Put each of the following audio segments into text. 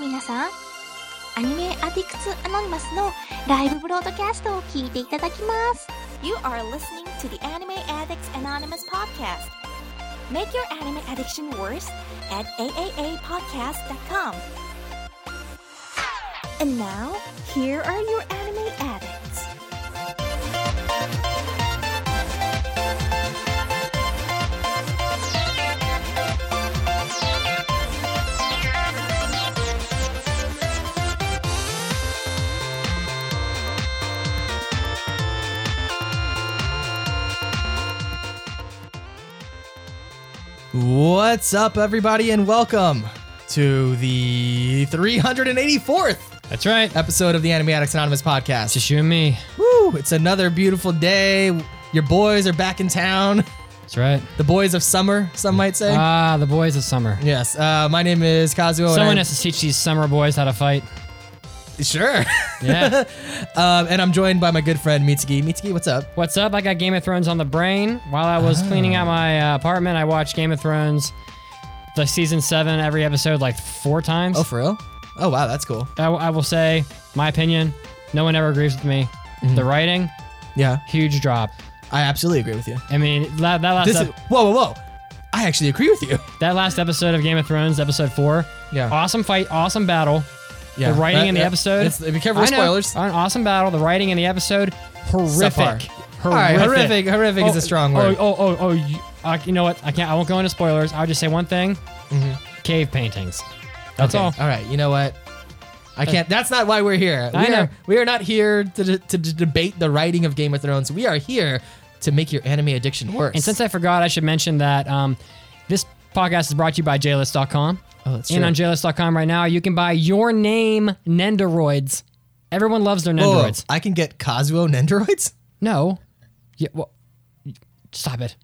皆さんアニメアディクツアノニマスのライブブロードキャストを聞いていただきます You are listening to the Anime Addicts Anonymous podcast Make your anime addiction worse at aaapodcast.com And now, here are your anime addicts What's up, everybody, and welcome to the 384th That's right. episode of the Anime Addicts Anonymous podcast. Just you and me. Woo! It's another beautiful day. Your boys are back in town. That's right. The boys of summer, some might say. Ah, the boys of summer. yes. Uh, my name is Kazuo. and Someone I'm- has to teach these summer boys how to fight. sure. Yeah. um, and I'm joined by my good friend Mitsuki. Mitsuki, what's up? What's up? I got Game of Thrones on the brain. While I was cleaning Oh. out my uh, apartment, I watched Game of Thrones, the season seven, every episode like four times. Oh, for real? Oh, wow, that's cool. I, w- I will say, my opinion, no one ever agrees with me. Mm-hmm. The writing, Yeah, huge drop. I absolutely agree with you. I mean, la- that last This is ep- whoa, whoa, whoa. I actually agree with you. that last episode of Game of Thrones, episode four. Yeah. Awesome fight, awesome battle. Yeah, the writing that- in the that- episode. it's- Be careful with I know, spoilers. An awesome battle. The writing in the episode horrific. Subpar. All right, horrific. Horrific is a strong word. Oh, oh, oh, oh you, uh, you know what? I can't. I won't go into spoilers. I'll just say one thing: Mm-hmm. cave paintings. That's all. Uh, All right. You know what? I can't. That's not why we're here. We I are, know. We are not here to, to, to debate the writing of Game of Thrones. We are here to make your anime addiction worse. And since I forgot, I should mention that um, this podcast is brought to you by JList.com. Oh, that's and true. on JList.com right now, you can buy your name Nendoroids. Everyone loves their Whoa, whoa, Nendoroids. Oh, I can get Kazuo Nendoroids. No. Yeah, well, stop it.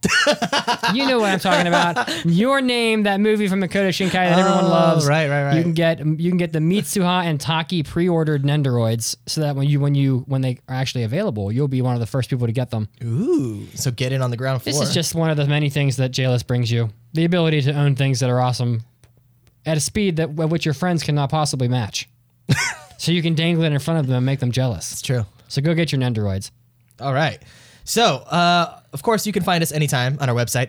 you know what I'm talking about. Your name, that movie from Makoto Shinkai that everyone Oh, loves. right, right, right. You can get you can get the Mitsuha and Taki pre-ordered Nendoroids, so that when you when you when they are actually available, you'll be one of the first people to get them. Ooh. So get in on the ground floor. This is just one of the many things that JList brings you: the ability to own things that are awesome at a speed that at which your friends cannot possibly match. so you can dangle it in front of them and make them jealous. It's true. So go get your Nendoroids. All right. So, uh, of course, you can find us anytime on our website,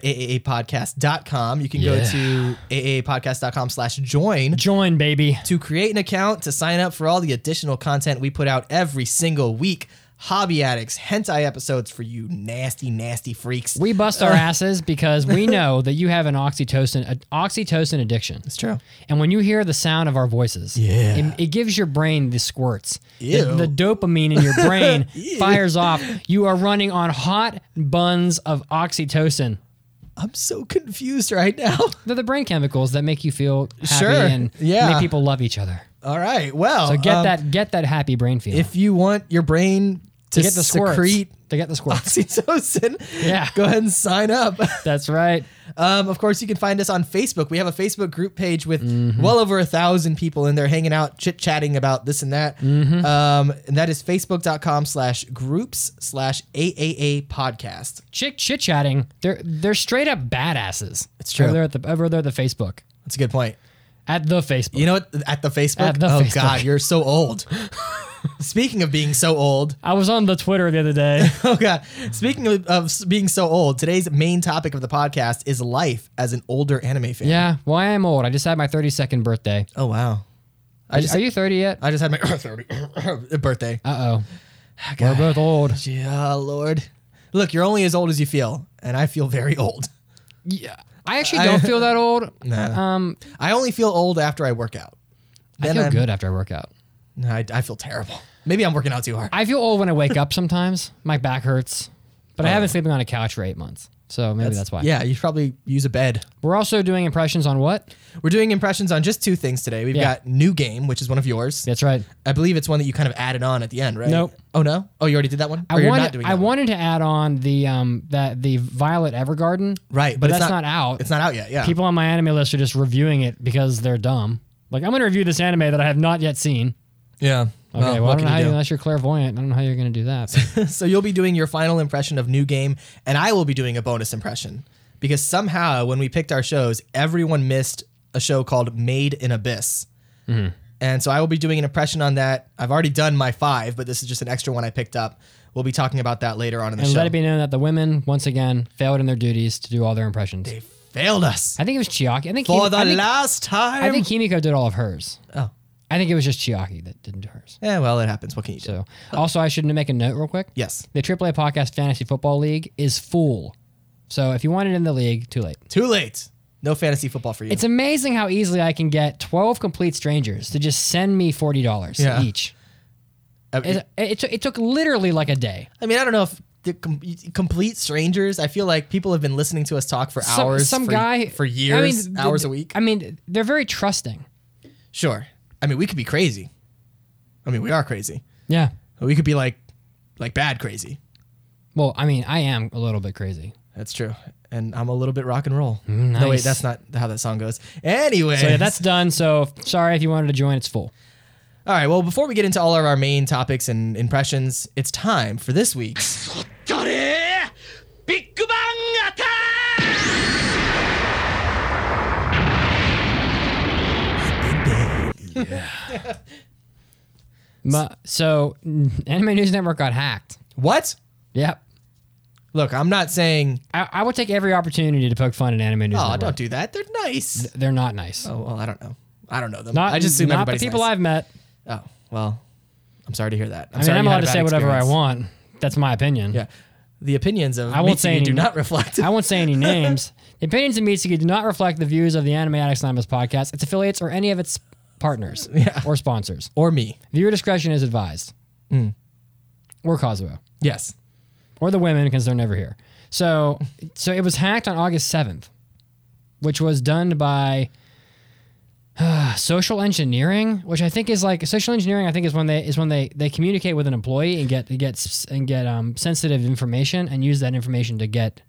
aaapodcast.com. You can go Yeah. to aaapodcast.com slash join Join, baby. to create an account to sign up for all the additional content we put out every single week. Hobby addicts, hentai episodes for you nasty, nasty freaks. We bust our asses because we know that you have an oxytocin an oxytocin addiction. it's true. And when you hear the sound of our voices, Yeah. it, it gives your brain the squirts. The- Ew. The, dopamine in your brain fires off. You are running on hot buns of oxytocin. I'm so confused right now. They're the brain chemicals that make you feel happy Sure. and Yeah. make people love each other. All right. Well, So get um, that get that happy brain feeling. If you want your brain to they get the squirts. secrete They get the squirts. oxytocin, Yeah. go ahead and sign up. That's right. Um, of course, you can find us on Facebook. We have a Facebook group page with Mm-hmm. well over a thousand people in there hanging out, chit chatting about this and that. Mm-hmm. Um, and that is facebook.com slash groups slash AAA podcast. Chick chit chatting. They're they're straight up badasses. It's true. Over there at the over there at the Facebook. That's a good point. At the Facebook. You know what? At the Facebook. At the oh, Facebook. God, you're so old. Speaking of being so old, I was on the Twitter the other day. oh God. Speaking of, of s- being so old, today's main topic of the podcast is life as an older anime fan. yeah, well, I am old. I just had my 32nd birthday. Oh, wow. I just, Are you 30 yet? I just had my birthday. Uh oh. We're both old. Yeah, Lord. Look, you're only as old as you feel, and I feel very old. Yeah. I actually don't feel that old. Nah. Um, I only feel old after I work out. I feel I'm- good after I work out. No, I, I feel terrible. Maybe I'm working out too hard. I feel old when I wake up sometimes. My back hurts, but I haven't been sleeping on a couch for eight months. So maybe that's, why. Oh. Yeah, you should probably use a bed. We're also doing impressions on what? We're doing impressions on just two things today. We've Yeah. got new game, which is one of yours. That's right. I believe it's one that you kind of added on at the end, right? Nope. Oh no. Oh, you already did that one. I Or you're wanted, not doing I that one? wanted to add on the um that the Violet Evergarden. Right, but, but it's that's not- not, out. It's not out yet. Yeah. People on my anime list are just reviewing it because they're dumb. Like I'm gonna review this anime that I have not yet seen. yeah. Okay, well, I what don't know can how you you, do? unless you're clairvoyant, I don't know how you're gonna do that. so you'll be doing your final impression of new game and i will be doing a bonus impression because somehow when we picked our shows everyone missed a show called made in abyss And so I will be doing an impression on that. I've already done my five, but this is just an extra one I picked up. We'll be talking about that later on in the And show. let it be known that the women, once again, failed in their duties to do all their impressions. they failed us I think it was Chiaki. I think, for Kimi, the I, think last time. I think Kimiko did all of hers. oh, I think it was just Chiaki that didn't do hers. yeah. Well, it happens. What can you do? So, also, I should make a note real quick. Yes, The AAA Podcast Fantasy Football League is full. So, if you want it in the league, too late. too late. No fantasy football for you. It's amazing how easily I can get 12 complete strangers to just send me $40 Yeah. each. Uh, It, it, took- it took literally like a day. I mean, I don't know if the com- complete strangers. I feel like people have been listening to us talk for Some- hours, some for, guy for I years, mean, hours th- a week. I mean, they're very trusting. sure. I mean, we could be crazy. I mean, we are crazy. Yeah. We could be like, like bad crazy. Well, I mean, I am a little bit crazy. That's true. And I'm a little bit rock and roll. No, Mm, nice. wait, that's not how that song goes. Anyway, So yeah, that's done. So sorry if you wanted to join, it's full. all right. Well, before we get into all of our main topics and impressions, it's time for this week's. Ma- so mm, Anime News Network got hacked. What? Yep. Look, I'm not saying. I, I would take every opportunity to poke fun at Anime News Oh, Network. don't do that. They're nice. They're not nice. Oh well, I don't know. I don't know them. Not, I just assume not the everybody's people nice. I've met. Oh, well, I'm sorry to hear that. I'm I mean, sorry I'm you allowed had a to bad say whatever I experience. want. That's my opinion. Yeah. The opinions of I won't say Mitsuki any- do not reflect. I won't say any names. the opinions of Mitsuki do not reflect the views of the Anime Addicts Anonymous podcast, its affiliates, or any of its partners or sponsors. or me. Viewer discretion is advised. Or Kazuo. Yes. Or the women, because they're never here. So, so it was hacked on August 7th, which was done by social engineering, which I think is like social engineering. I think is when they is when they they communicate with an employee and get get s- and get um, sensitive information and use that information to get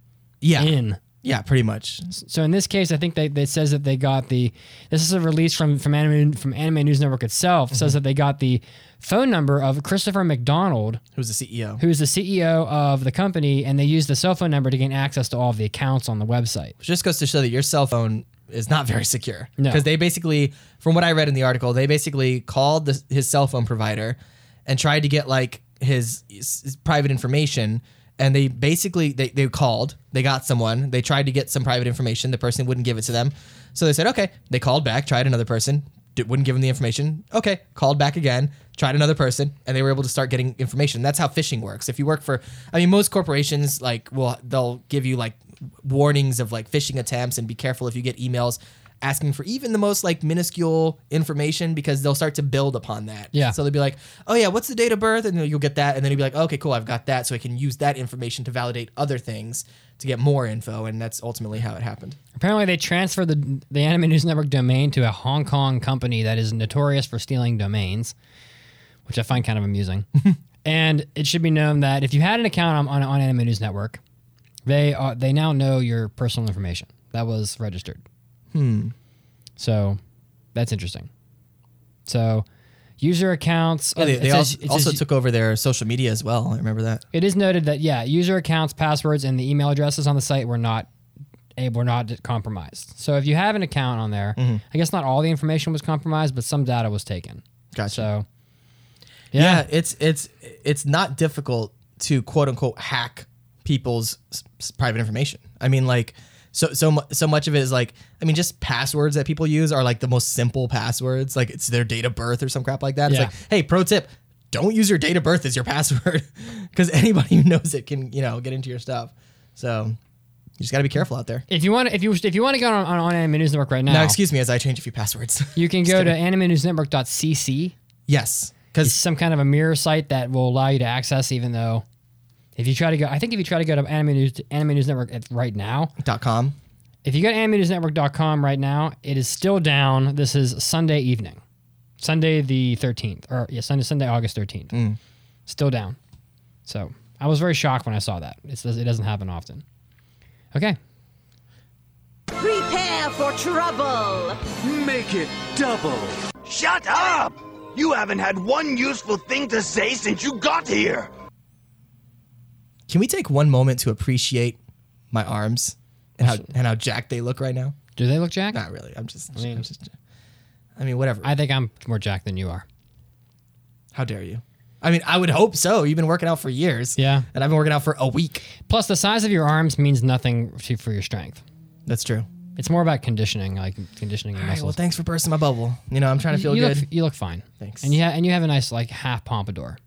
Yeah. in. Yeah, pretty much. So in this case, I think they, they says that they got the. This is a release from from anime from Anime News Network itself. Says that they got the phone number of Christopher McDonald, Who's the E CEO? who's the CEO of the company, and they used the cell phone number to gain access to all of the accounts on the website. Which just goes to show that your cell phone is not very secure. No. Because they basically, from what I read in the article, they basically called the, his cell phone provider and tried to get like his, his private information. And they basically they, they called, they got someone, they tried to get some private information. The person wouldn't give it to them, so they said okay. They called back, tried another person, di- wouldn't give them the information. Okay, called back again, tried another person, and they were able to start getting information. That's how phishing works. If you work for, I mean, most corporations like will they'll give you like warnings of like phishing attempts and be careful if you get emails asking for even the most like minuscule information because they'll start to build upon that. Yeah. So they'll be like, oh yeah, what's the date of birth? And then you'll get that, and then you'll be like, okay, cool, I've got that, so I can use that information to validate other things to get more info, and that's ultimately how it happened. Apparently, they transferred the the Anime News Network domain to a Hong Kong company that is notorious for stealing domains, which I find kind of amusing. and it should be known that if you had an account on, on, on Anime News Network, they are they now know your personal information that was registered. Hmm. So, that's interesting. So, user accounts. Yeah, they, Oh, it they says- also, it also says- took over their social media as well. I remember that. it is noted that yeah, user accounts, passwords, and the email addresses on the site were not eh, were not compromised. So if you have an account on there, Mm-hmm. I guess not all the information was compromised, but some data was taken. Gotcha. So yeah. it's it's it's not difficult to quote unquote hack people's s- s- private information i mean like so so mu- so much of it is like i mean just passwords that people use are like the most simple passwords like it's their date of birth or some crap like that Yeah. it's like hey pro tip don't use your date of birth as your password because anybody who knows it can you know get into your stuff so you just got to be careful out there if you want if you if you want to go on, on, on Anime News Network right now, now excuse me as i change a few passwords you can go to animenewsnetwork.cc. yes It's because some kind of a mirror site that will allow you to access, even though if you try to go, I think if you try to go to Anime News Anime News Network at, right now, dot com If you go to animatednewsnetwork.com right now, it is still down. This is Sunday evening, Sunday the 13th, or yeah, Sunday, Sunday August 13th. Still down. So I was very shocked when I saw that. It's, it doesn't happen often. Okay. Prepare for trouble! Make it double. Shut up! You haven't had one useful thing to say since you got here. Can we take one moment to appreciate my arms and how and how jacked they look right now? Do they look jacked? Not really. I'm just. I'm just I mean, whatever. I think I'm more jacked than you are. How dare you? I mean, I would hope so. You've been working out for years. Yeah. And I've been working out for a week. Plus, the size of your arms means nothing to, for your strength. That's true. It's more about conditioning, like conditioning your All right, well, muscles. thanks for bursting my bubble. You know, I'm trying to feel you good. Look, you look fine. Thanks. And you ha- and you have a nice like half pompadour,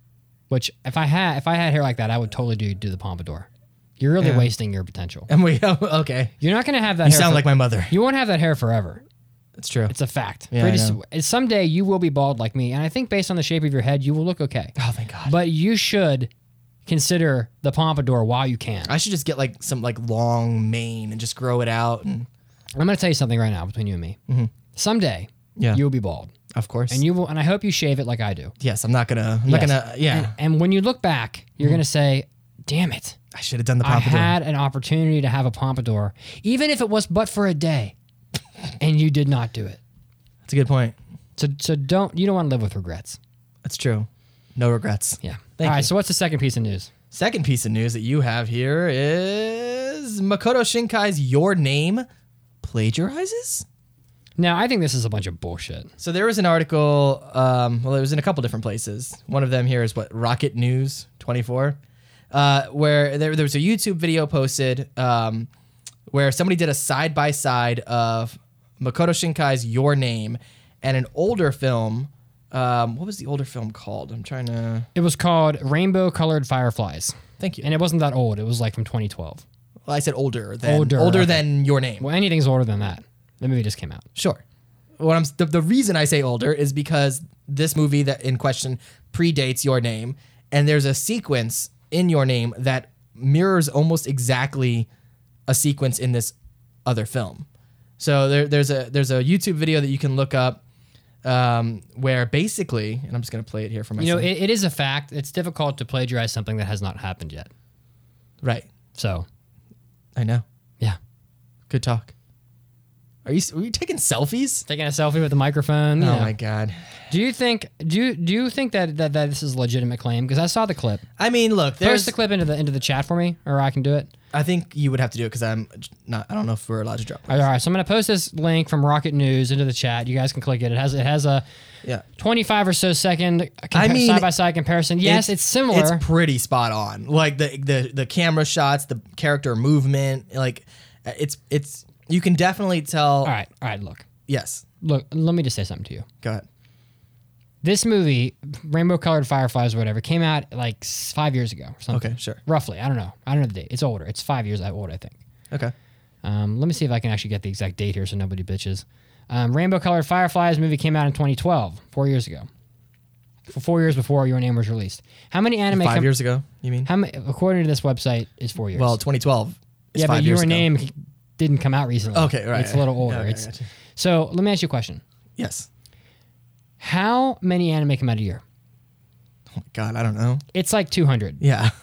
which if I had if I had hair like that, I would totally do do the pompadour. You're really Yeah. wasting your potential. and we, okay. You're not gonna have that. You hair sound for- like my mother. You won't have that hair forever. That's true. It's a fact. Yeah, I s- someday you will be bald like me, and I think based on the shape of your head, you will look okay. oh, thank God. But you should consider the pompadour while you can. I should just get like some like long mane and just grow it out. And I'm going to tell you something right now between you and me. Someday, Mm-hmm. Yeah. you'll be bald, of course. and you will, and I hope you shave it like I do. yes, I'm not gonna. I'm not Yes. gonna. Yeah, Mm-hmm. And when you look back, you're going to say, "Damn it, I should have done the I pompadour. had an opportunity to have a pompadour, even if it was but for a day, and you did not do it." That's a good point. So, so don't you don't want to live with regrets. That's true. No regrets. Yeah. Thank All right. you. So, what's the second piece of news? Second piece of news that you have here is Makoto Shinkai's Your Name plagiarizes. Now, I think this is a bunch of bullshit. So there was an article. Um, well, it was in a couple different places. One of them here is what Rocket News 24, uh, where there, there was a YouTube video posted um, where somebody did a side by side of Makoto Shinkai's Your Name and an older film. Um, what was the older film called? I'm trying to. It was called Rainbow Colored Fireflies, Thank you. and it wasn't that old. It was like from 2012. Well, I said older than older, Older, okay. than Your Name. Well, anything's older than that. The movie just came out. Sure. What I'm the, the reason I say older is because this movie that in question predates Your Name, and there's a sequence in Your Name that mirrors almost exactly a sequence in this other film. So there, there's a there's a YouTube video that you can look up um, where basically, and I'm just gonna play it here for You know, myself. it, it is a fact. It's difficult to plagiarize something that has not happened yet. right. So, I know. yeah. Good talk. Are you s- were you taking selfies? Taking a selfie with a microphone. you Oh know. my god. Do you think do you, do you think that, that that this is a legitimate claim? Because I saw the clip. I mean, look, Post there's the clip into the into the chat for me, or I can do it. I think you would have to do it because I'm not. I don't know if we're allowed to drop. All right, so I'm gonna post this link from Rocket News into the chat. You guys can click it. It has it has a Yeah. 25 or so second I mean, side by side comparison. Yes, it's, similar. It's pretty spot on. Like the the the camera shots, the character movement, like it's it's you can definitely tell. all right, all right. Look, Yes. look. Let me just say something to you. Go ahead. This movie, Rainbow Colored Fireflies, or whatever, came out like s- five years ago or something. Okay, sure. Roughly, I don't know. I don't know the date. It's older. It's five years old, I think. Okay. Um, let me see if I can actually get the exact date here so nobody bitches. Um, Rainbow Colored Fireflies movie came out in 2012, four years ago. For four years before Your Name was released. How many anime? Five com- years ago, you mean? How many? According to this website, is four years. Well, 2012. Is yeah, five but years Your ago. Name didn't come out recently. Okay, right. It's a little older. Okay, I it's gotcha. so. Let me ask you a question. Yes. How many anime come out a year? Oh my God, I don't know. It's like 200. Yeah.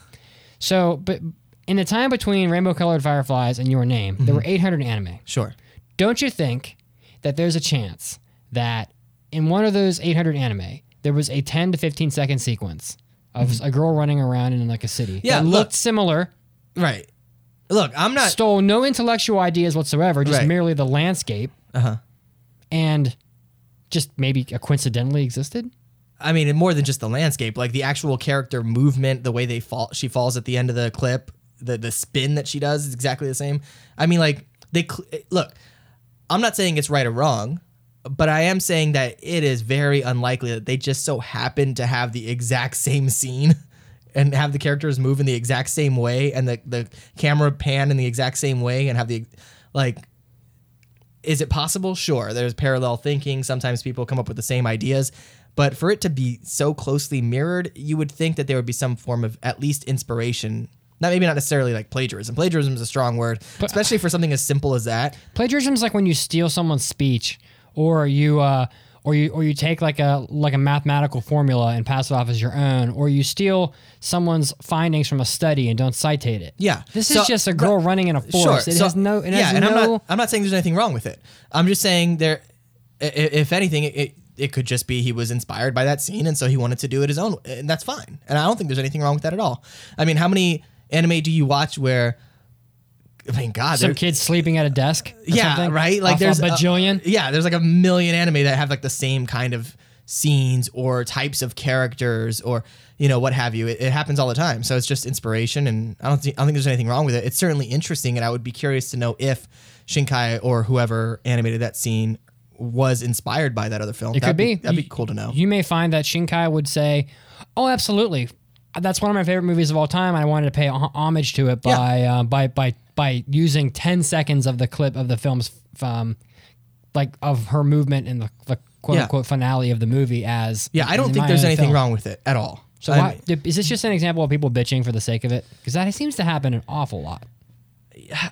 So, but in the time between Rainbow Colored Fireflies and Your Name, Mm-hmm. there were 800 anime. Sure. Don't you think that there's a chance that in one of those 800 anime, there was a 10 to 15 second sequence of a girl running around in like a city Mm-hmm. Yeah, that look. looked similar, Right. Look, I'm not. stole no intellectual ideas whatsoever, just Right. merely the landscape, Uh-huh. and just maybe coincidentally existed? I mean, and more than just the landscape, like the actual character movement, the way they fall, she falls at the end of the clip, the the spin that she does is exactly the same. I mean, like they cl- look. I'm not saying it's right or wrong, but I am saying that it is very unlikely that they just so happen to have the exact same scene and have the characters move in the exact same way and the the camera pan in the exact same way and have the like is it possible? Sure. There's parallel thinking. Sometimes people come up with the same ideas. But for it to be so closely mirrored, you would think that there would be some form of at least inspiration. Not maybe not necessarily like plagiarism. Plagiarism is a strong word, uh, especially for something as simple as that. Plagiarism is like when you steal someone's speech, or you, uh, or you, or you take like a like a mathematical formula and pass it off as your own, or you steal someone's findings from a study and don't citate it. Yeah. this So- is just a girl running in a forest. It so- has no. It has and no. I'm not. I'm not saying there's anything wrong with it. I'm just saying there. i- i- If anything, it it could just be he was inspired by that scene, and so he wanted to do it his own, and that's fine. And I don't think there's anything wrong with that at all. I mean, how many anime do you watch where I mean, God, Some there- kids sleeping at a desk. or yeah, something? right. Like Off there's a bajillion. yeah, there's like a million anime that have like the same kind of scenes or types of characters or you know what have you. It, it happens all the time. So it's just inspiration, and I don't think I don't think there's anything wrong with it. It's certainly interesting, and I would be curious to know if Shinkai or whoever animated that scene was inspired by that other film. it that'd could be. That'd be You- cool to know. You may find that Shinkai would say, "Oh, absolutely, that's one of my favorite movies of all time. I wanted to pay ho- homage to it by uh, by by by using ten seconds of the clip of the film's f- um, like of her movement in the, the quote Yeah. unquote finale of the movie as yeah, I as don't in think my there's own anything film. wrong with it at all. So I why, mean, is this just an example of people bitching for the sake of it? Because that seems to happen an awful lot.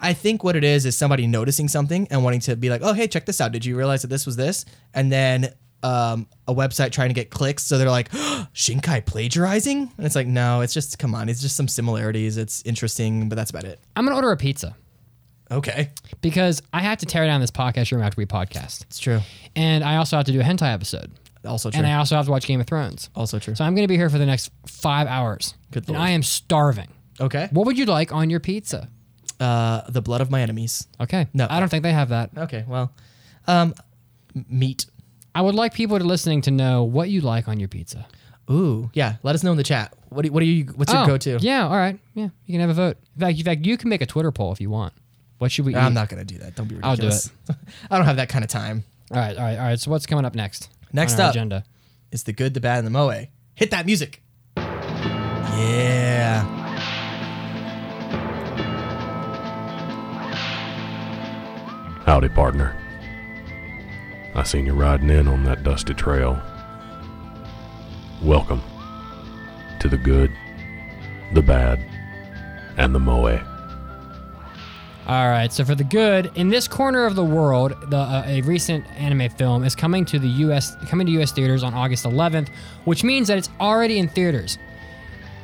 I think what it is is somebody noticing something and wanting to be like, oh, hey, check this out. Did you realize that this was this? And then um, a website trying to get clicks. So they're like, "Oh, Shinkai plagiarizing? And it's like, no, it's just, come on, it's just some similarities. It's interesting, but that's about it. I'm gonna order a pizza Okay. because I have to tear down this podcast room after we podcast, It's true. and I also have to do a hentai episode, Also true. and I also have to watch Game of Thrones. also true. So I'm going to be here for the next five hours. Oh. Good and lord. I am starving. Okay. What would you like on your pizza? Uh, the blood of my enemies. Okay. No. I don't think they have that. Okay. Well, um, m- meat. I would like people to listening to know what you like on your pizza. Ooh. Yeah. Let us know in the chat. What do, what do you, what's your Oh, go to? Yeah. All right. Yeah. You can have a vote. In fact, in fact, you can make a Twitter poll if you want. What should we eat? I'm not going to do that. Don't be I'll do ridiculous. I don't have that kind of time. All right. All right. All right. So what's coming up next? Next on our up. agenda. It's the good, the bad, and the moe. Hit that music. Yeah. Howdy, partner. I seen you riding in on that dusty trail. Welcome to the good, the bad, and the moe. All right. So for the good, in this corner of the world, the uh, a recent anime film is coming to the U.S. coming to U.S. theaters on August 11th, which means that it's already in theaters.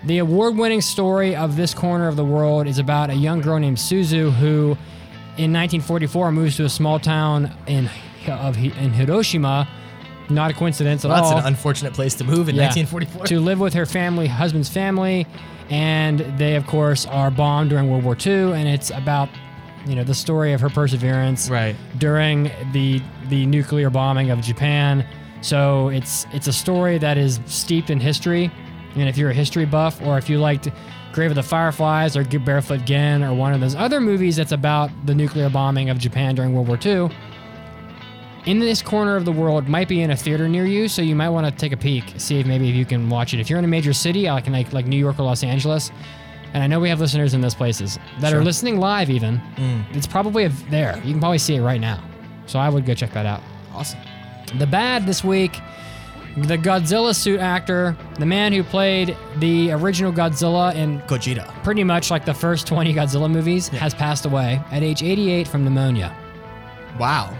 The award-winning story of this corner of the world is about a young girl named Suzu who, in 1944, moves to a small town in of in Hiroshima. Not a coincidence at Well, that's all an unfortunate place to move in Oh. yeah, 1944. to live with her family, husband's family, and they of course are bombed during World War II, and it's about you know the story of her perseverance Right. during the the nuclear bombing of Japan. So it's it's a story that is steeped in history, and if you're a history buff or if you liked Grave of the Fireflies or Good Barefoot Gen or one of those other movies that's about the nuclear bombing of Japan during World War II. In this corner of the world might be in a theater near you, so you might want to take a peek, see if maybe if you can watch it. If you're in a major city, like in like, like New York or Los Angeles, and I know we have listeners in those places that are Sure. Mm. listening live, even it's probably av- there. You can probably see it right now. So I would go check that out. Awesome. The bad this week, the Godzilla suit actor, the man who played the original Godzilla in Gojira. pretty much like the first 20 Godzilla movies, has passed away at age 88 from pneumonia. Wow.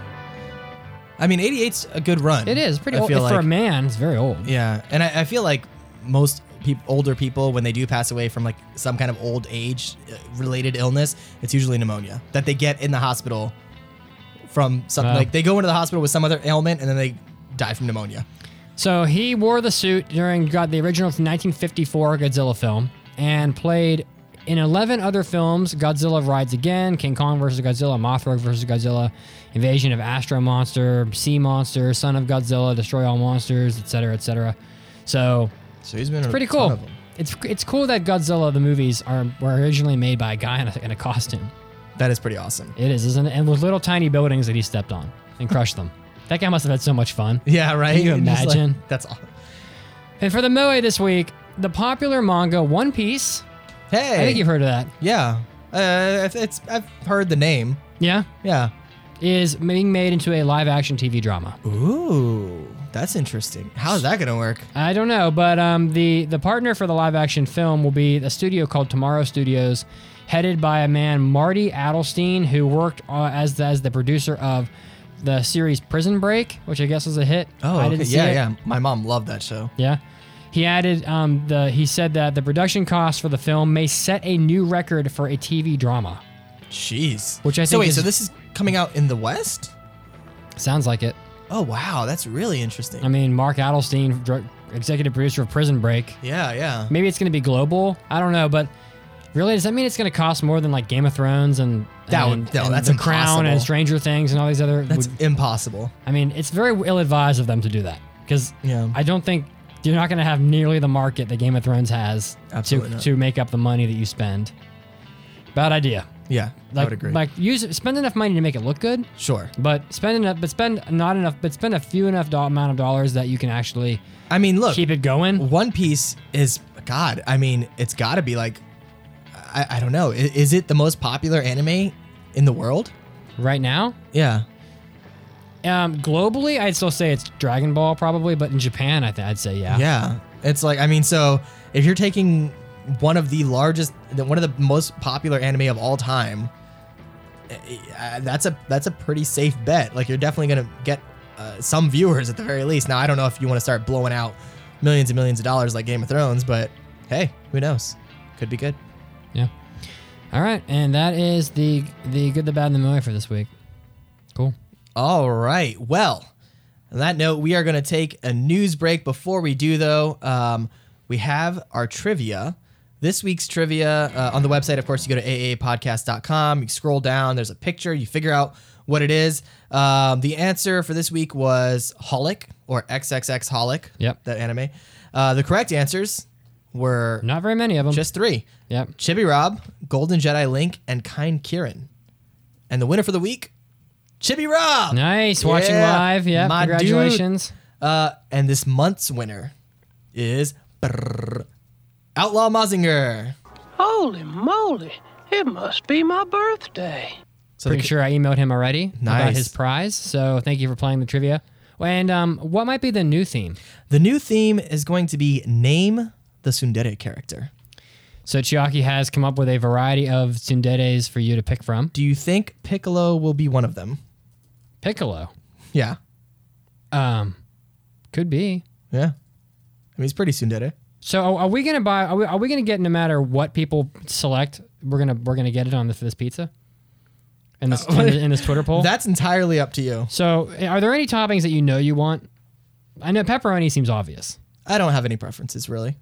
I mean, 88's a good run. It is pretty I old feel for a like. man. It's very old. Yeah, and I, I feel like most peop older people, when they do pass away from like some kind of old age uh, related illness, it's usually pneumonia that they get in the hospital from something Wow. like they go into the hospital with some other ailment and then they die from pneumonia. So he wore the suit during God, the original 1954 Godzilla film and played in 11 other films Godzilla Rides Again, King Kong vs. Godzilla, Mothra vs. Godzilla, Invasion of Astro Monster, Sea Monster, Son of Godzilla, Destroy All Monsters, etc., etc. So So he's been it's pretty cool. It's, it's cool that Godzilla the movies are were originally made by a guy in a, in a costume. That is pretty awesome. It is, isn't it? And with little tiny buildings that he stepped on and crushed them. That guy must have had so much fun. Yeah, right. you Just like- imagine? that's awesome. And for the Moe this week, the popular manga One Piece. Hey, I think you've heard of that. yeah, uh, if it's I've heard the name. Yeah. Yeah. Is being made into a live action TV drama. Ooh, that's interesting. How's that gonna work? I don't know, but um, the, the partner for the live action film will be a studio called Tomorrow Studios, headed by a man, Marty Adelstein, who worked uh, as, the, as the producer of the series Prison Break, which I guess was a hit. Oh, I okay. didn't see yeah, it. yeah. My mom loved that show. Yeah. He added um, the he said that the production costs for the film may set a new record for a TV drama. Jeez. Which I so think wait, is- so this is coming out in the West? Sounds like it. Oh wow, that's really interesting. I mean, Mark Adelstein, dr- executive producer of Prison Break. yeah, yeah. Maybe it's going to be global. I don't know, but Really? Does that mean it's going to cost more than like Game of Thrones and That would- and, no, and that's the Crown impossible. and Stranger Things and all these other? That's would- impossible. I mean, it's very ill advised of them to do that because Yeah. I don't think you're not going to have nearly the market that Game of Thrones has Absolutely to not. to make up the money that you spend. Bad idea. Yeah, I Like, would agree. like use spend enough money to make it look good, sure. but spend enough, but spend not enough, but spend a few enough do- amount of dollars that you can actually I mean, look, keep it going. One Piece is God. I mean, it's got to be like, I, I don't know. I- Is, it the most popular anime in the world? Right now, Yeah. um, globally, I'd still say it's Dragon Ball probably, but in Japan, I th- I'd say yeah. Yeah. It's like I mean, so if you're taking one of the largest, the- one of the most popular anime of all time, eh, eh, that's a that's a pretty safe bet. Like you're definitely gonna get uh, some viewers at the very least. Now I don't know if you want to start blowing out millions and millions of dollars like Game of Thrones, but hey, who knows? Could be good. Yeah. All right, and that is the the good, the bad, and the movie for this week. Cool. All right. Well, on that note, we are going to take a news break. Before we do, though, um, we have our trivia. This week's trivia uh, on the website, of course, you go to aapodcast.com. You scroll down, there's a picture, you figure out what it is. Um, the answer for this week was Holic or XXX Holic, Yep. that anime. Uh, the correct answers were Not very many of them. just three yep. Chibi Rob, Golden Jedi Link, and Kind Kieran. And the winner for the week, Chibi Rob. Nice watching Yeah, live. Yeah. my dude. Congratulations. Uh, and this month's winner is brrr, Outlaw Mazinger. Holy moly, it must be my birthday. So Pretty the- sure I emailed him already about Nice. his prize. So thank you for playing the trivia. And um, what might be the new theme? the new theme is going to be name the Sundere character. So Chiaki has come up with a variety of tsunderes for you to pick from. Do you think Piccolo will be one of them? Piccolo. Yeah, Um, could be. yeah. I mean, he's pretty Sundere. So are, are we gonna buy? Are we, are we gonna get no matter what people select? We're gonna we're gonna get it on this this pizza, in this in, this- in this Twitter poll. That's entirely up to you. so are there any toppings that you know you want? I know pepperoni seems obvious. I don't have any preferences really.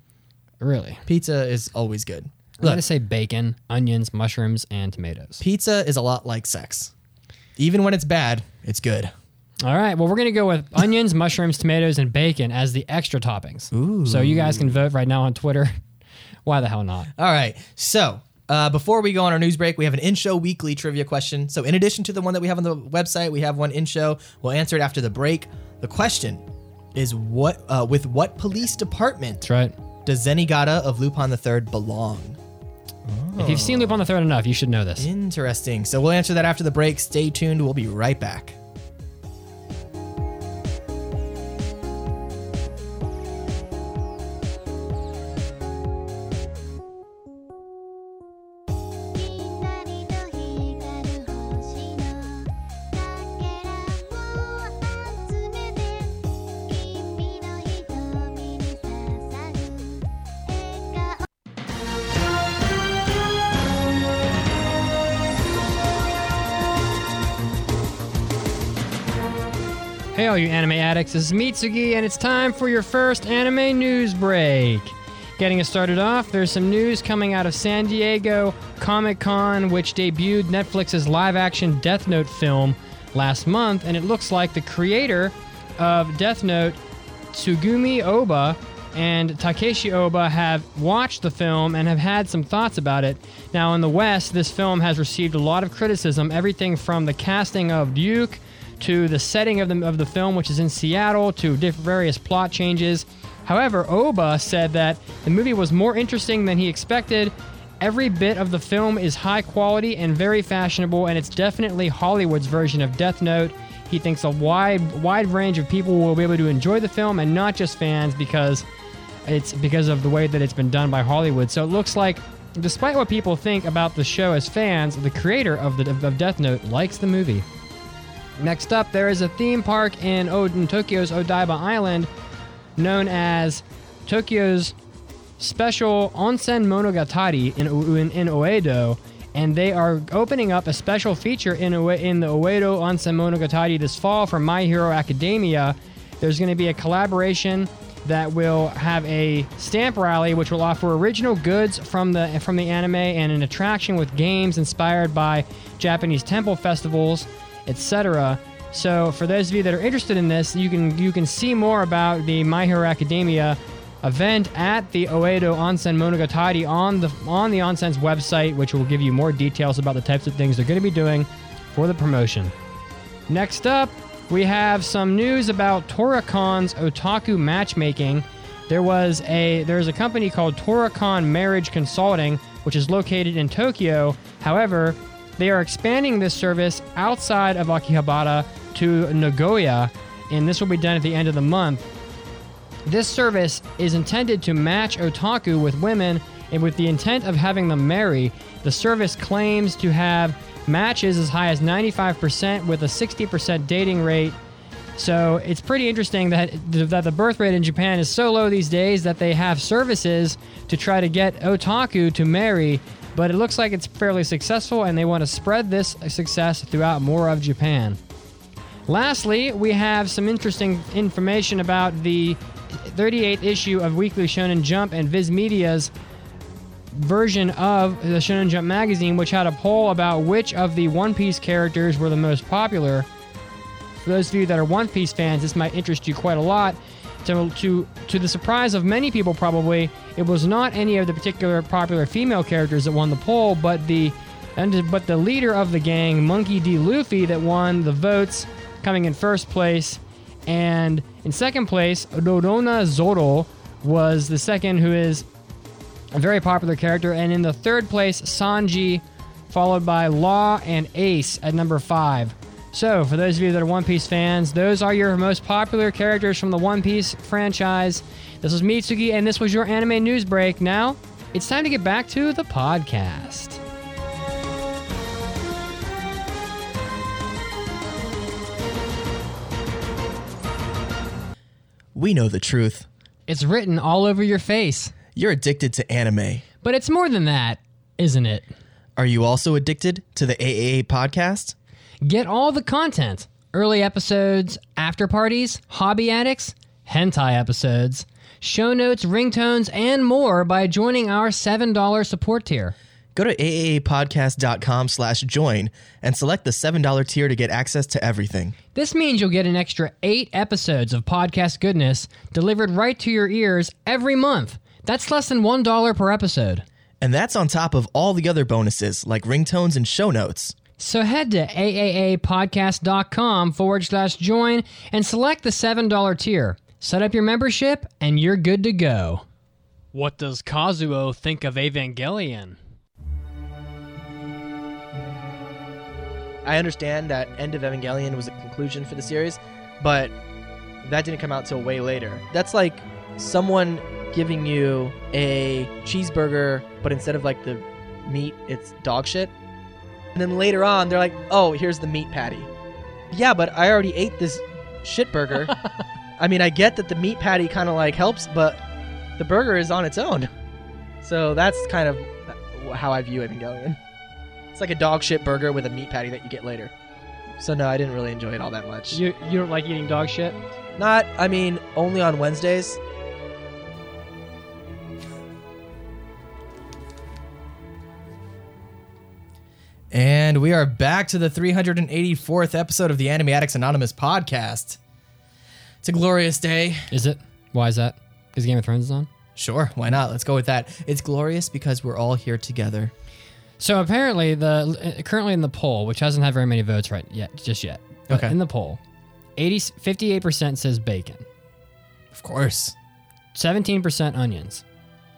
Really, Pizza is always good. I'm Look, gonna say bacon, onions, mushrooms, and tomatoes. pizza is a lot like sex. Even when it's bad, it's good. All right. Well, we're gonna go with onions, mushrooms, tomatoes, and bacon as the extra toppings. Ooh. So you guys can vote right now on Twitter. Why the hell not? All right. So uh, before we go on our news break, we have an in show weekly trivia question. So, in addition to the one that we have on the website, we have one in show. We'll answer it after the break. The question is what uh, with what police department That's right. does Zenigata of Lupin III belong? If you've seen Loop on the Third enough, you should know this. Interesting. So, we'll answer that after the break. Stay tuned. We'll be right back. Hey, all you anime addicts, this is Mitsugi, and it's time for your first anime news break. Getting us started off, there's some news coming out of San Diego Comic Con, which debuted Netflix's live action Death Note film last month, and it looks like the creator of Death Note, Tsugumi Oba, and Takeshi Oba have watched the film and have had some thoughts about it. Now, in the West, this film has received a lot of criticism, everything from the casting of Duke to the setting of the, of the film, which is in Seattle, to diff- various plot changes. However, Oba said that the movie was more interesting than he expected. Every bit of the film is high quality and very fashionable, and it's definitely Hollywood's version of Death Note. He thinks a wide wide range of people will be able to enjoy the film, and not just fans, because it's because of the way that it's been done by Hollywood. So it looks like, despite what people think about the show as fans, the creator of the of Death Note likes the movie. Next up, there is a theme park in, o- in Tokyo's Odaiba Island known as Tokyo's special Onsen Monogatari in, O- in, in Oedo, and they are opening up a special feature in, Oe- in the Oedo Onsen Monogatari this fall for My Hero Academia. There's going to be a collaboration that will have a stamp rally, which will offer original goods from the from the anime and an attraction with games inspired by Japanese temple festivals, etc. So, for those of you that are interested in this, you can you can see more about the My Hero Academia event at the Oedo Onsen Monogatari on the on the onsen's website, which will give you more details about the types of things they're going to be doing for the promotion. Next up, we have some news about Toracon's otaku matchmaking. There was a there's a company called Toracon Marriage Consulting, which is located in Tokyo. However, they are expanding this service outside of Akihabara to Nagoya, and this will be done at the end of the month. This service is intended to match otaku with women and with the intent of having them marry. The service claims to have matches as high as 95% with a 60% dating rate. So it's pretty interesting that that the birth rate in Japan is so low these days that they have services to try to get otaku to marry, but it looks like it's fairly successful and they want to spread this success throughout more of Japan. Lastly, we have some interesting information about the 38th issue of Weekly Shonen Jump and Viz Media's version of the Shonen Jump magazine, which had a poll about which of the One Piece characters were the most popular. For those of you that are One Piece fans, this might interest you quite a lot. To, to, to the surprise of many people, probably, it was not any of the particular popular female characters that won the poll, but the and, but the leader of the gang, Monkey D. Luffy, that won the votes, coming in first place. And in second place, Dodona Zoro was the second, who is a very popular character. And in the third place, Sanji, followed by Law and Ace at number five. So, for those of you that are One Piece fans, those are your most popular characters from the One Piece franchise. This was Mitsuki, and this was your anime news break. Now, it's time to get back to the podcast. We know the truth. It's written all over your face, You're addicted to anime. but it's more than that, isn't it? Are you also addicted to the AAA podcast? Get all the content early episodes, after parties, hobby addicts, hentai episodes, show notes, ringtones, and more by joining our $7 support tier. Go to aaapodcast.com slash join and select the $7 tier to get access to everything. This means you'll get an extra eight episodes of podcast goodness delivered right to your ears every month. That's less than $1 per episode. And that's on top of all the other bonuses like ringtones and show notes. So head to aaapodcast.com forward slash join and select the $7 tier. Set up your membership and you're good to go. What does Kazuo think of Evangelion? I understand that End of Evangelion was a conclusion for the series, but that didn't come out till way later. That's like someone giving you a cheeseburger, but instead of like the meat, it's dog shit. And then later on, they're like, "Oh, here's the meat patty." Yeah, but I already ate this shit burger. I mean, I get that the meat patty kind of like helps, but the burger is on its own. So that's kind of uh, how I view Evangelion. It's like a dog shit burger with a meat patty that you get later. So no, I didn't really enjoy it all that much. You, you don't like eating dog shit? Not, I mean, only on Wednesdays. And we are back to the 384th episode of the Anime Addicts Anonymous podcast. It's a glorious day. Is it? Why is that? Because Game of Thrones is on? Sure, why not? Let's go with that. It's glorious because we're all here together. So apparently, the uh, currently in the poll, which hasn't had very many votes right yet, just yet. but Okay. In the poll, 80, 58% says bacon, Of course. 17% onions,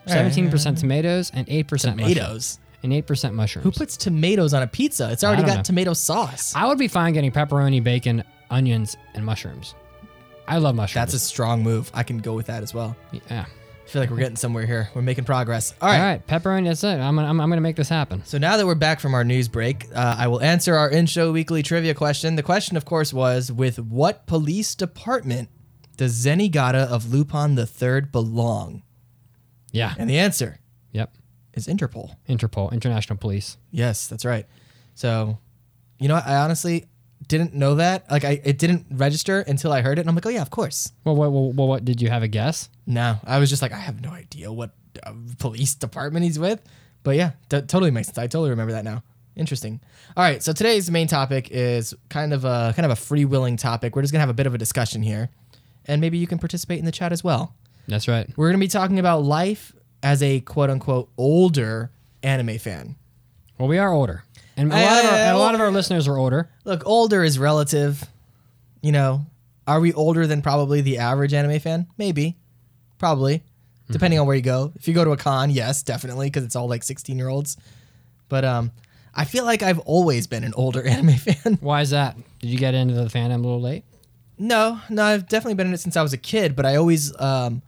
All right. 17% tomatoes, and 8% mushrooms. Tomatoes. And 8% mushrooms. Who puts tomatoes on a pizza? It's already don't got know. tomato sauce. I would be fine getting pepperoni, bacon, onions, and mushrooms. I love mushrooms. That's a strong move. I can go with that as well. a yeah. I feel like we're getting somewhere here. We're making progress. All All right. right. pepperoni. That's it. I'm gonna, I'm, I'm gonna make this happen. So now that we're back from our news break, uh, I will answer our in-show weekly trivia question. The question, of course, was with what police department does Zenigata of Lupin the Third belong? Yeah. And the answer Yep. is Interpol. Interpol, International Police. Yes, that's right. So, you know, what? I honestly didn't know that. Like I, it didn't register until I heard it, and I'm like, oh yeah, of course. Well, what, well, well, what did you have a guess? No, I was just like, I have no idea what uh, police department he's with. But yeah, t- totally makes sense. I totally remember that now. Interesting. All right, so today's main topic is kind of a kind of a freewheeling topic. We're just gonna have a bit of a discussion here, and maybe you can participate in the chat as well. That's right. We're gonna be talking about life as a quote unquote older anime fan. Well, we are older, and a lot of our, a lot of our listeners are older. Look, older is relative. You know, are we older than probably the average anime fan? Maybe, probably, Hmm. depending on where you go. If you go to a con, yes, definitely, because it's all like sixteen year olds. But um, I feel like I've always been an older anime fan. Why is that? Did you get into the fandom a little late? No, no, I've definitely been in it since I was a kid, but I always, um,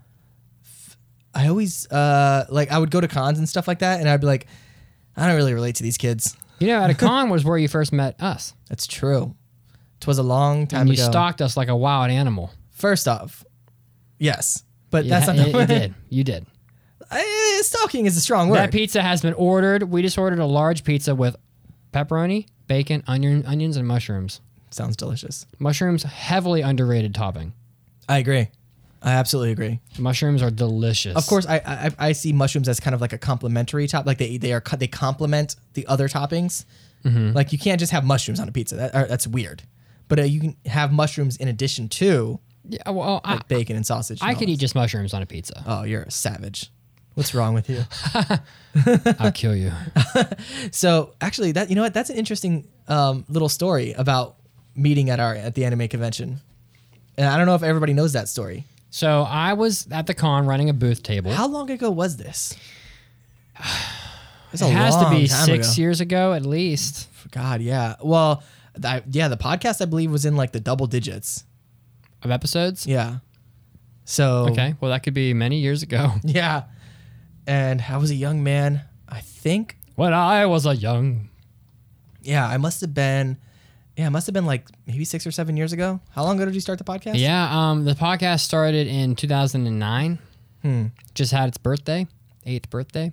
f- I always, uh, like I would go to cons and stuff like that, and I'd be like, I don't really relate to these kids. You know, at a con was where you first met us, That's true. Twas a long time and you ago. stalked us like a wild animal. First off, yes, but You that's ha- not the you- you did. You did. Eh, stalking is a strong word. That pizza has been ordered. We just ordered a large pizza with pepperoni, bacon, onion, onions, and mushrooms. Sounds delicious. Mushrooms heavily underrated topping. I agree. I absolutely agree. Mushrooms are delicious. Of course, I I, I see mushrooms as kind of like a complementary top. Like they they are co- they complement the other toppings. Mm-hmm. Like you can't just have mushrooms on a pizza. That, or, that's weird. But uh, you can have mushrooms in addition to Yeah, well, I, like bacon and sausage. and I all could that eat just mushrooms on a pizza. stuff. Oh, you're a savage. What's wrong with you? I'll kill you. So actually, that you know what? That's an interesting um, little story about meeting at our at the anime convention. And I don't know if everybody knows that story. So I was at the con running a booth table. How long ago was this? It's it has to be time six ago. years ago at least. God, yeah. Well, I, yeah, the podcast I believe was in like the double digits. of episodes. Yeah. So Okay, well that could be many years ago. yeah, and I was a young man. I think When I was a young, yeah, I must have been yeah, I must have been like maybe six or seven years ago. How long ago did you start the podcast? yeah, um, the podcast started in 2009. Hmm. Just had its birthday, eighth birthday.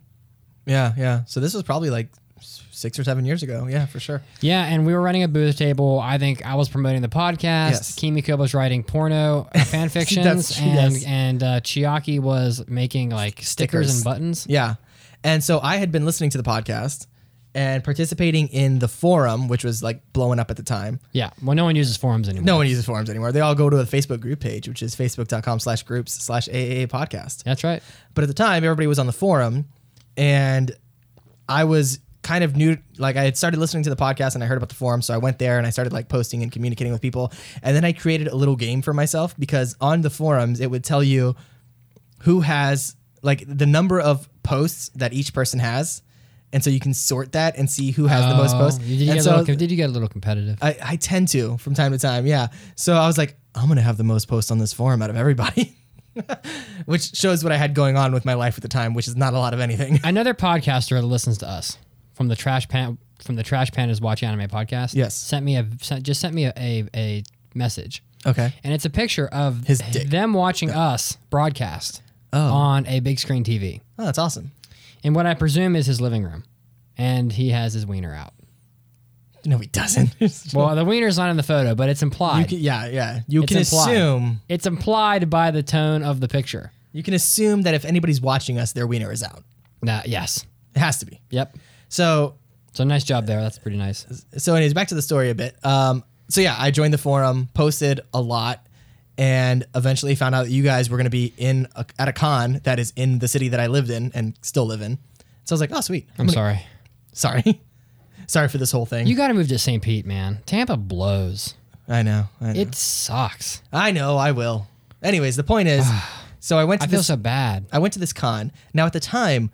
yeah, yeah. So this was probably like s- six or seven years ago. Yeah, for sure. Yeah, and we were running a booth table. I think I was promoting the podcast. Yes. Kimiko was writing porno uh, fan fictions, That's- and yes. and uh, Chiaki was making like stickers, Stickers. and buttons. Yeah. And so I had been listening to the podcast and participating in the forum, which was like blowing up at the time. Yeah, well, no one uses forums anymore. No one uses forums anymore. They all go to the Facebook group page, which is facebook.com slash groups slash AAA podcast. that's right. But at the time, everybody was on the forum and I was kind of new. Like I had started listening to the podcast and I heard about the forum. So I went there and I started like posting and communicating with people. And then I created a little game for myself because on the forums, it would tell you who has like the number of posts that each person has. And so you can sort that and see who has the most Oh, posts. you- Did you, and get a so little, com- did you get a little competitive? I, I tend to from time to time. Yeah. So I was like, I'm going to have the most posts on this forum out of everybody, which shows what I had going on with my life at the time, which is not a lot of anything. another podcaster that listens to us from the trash pan from the trash pandas watch anime podcast Yes. sent me a sent, just sent me a, a, a message Okay. and it's a picture of His dick. them watching us broadcast on a big screen tv Oh, that's awesome. in what i presume is his living room and he has his wiener out No, he doesn't. well the wiener's not in the photo but it's you implied can, yeah, yeah. You It's can implied. assume it's implied by the tone of the picture you can assume that if anybody's watching us, their wiener is out. nah, yes It has to be. yep So so nice job there that's pretty nice so anyways, back to the story a bit. Um, so yeah, I joined the forum, posted a lot, and eventually found out that you guys were going to be in a, at a con that is in the city that I lived in and still live in. So I was like, oh sweet. i'm sorry Sorry, sorry for this whole thing. you gotta move to st pete man tampa blows I know. I know. it sucks I know. I will. Anyways, the point is, so I went to i feel this. so bad I went to this con. Now at the time,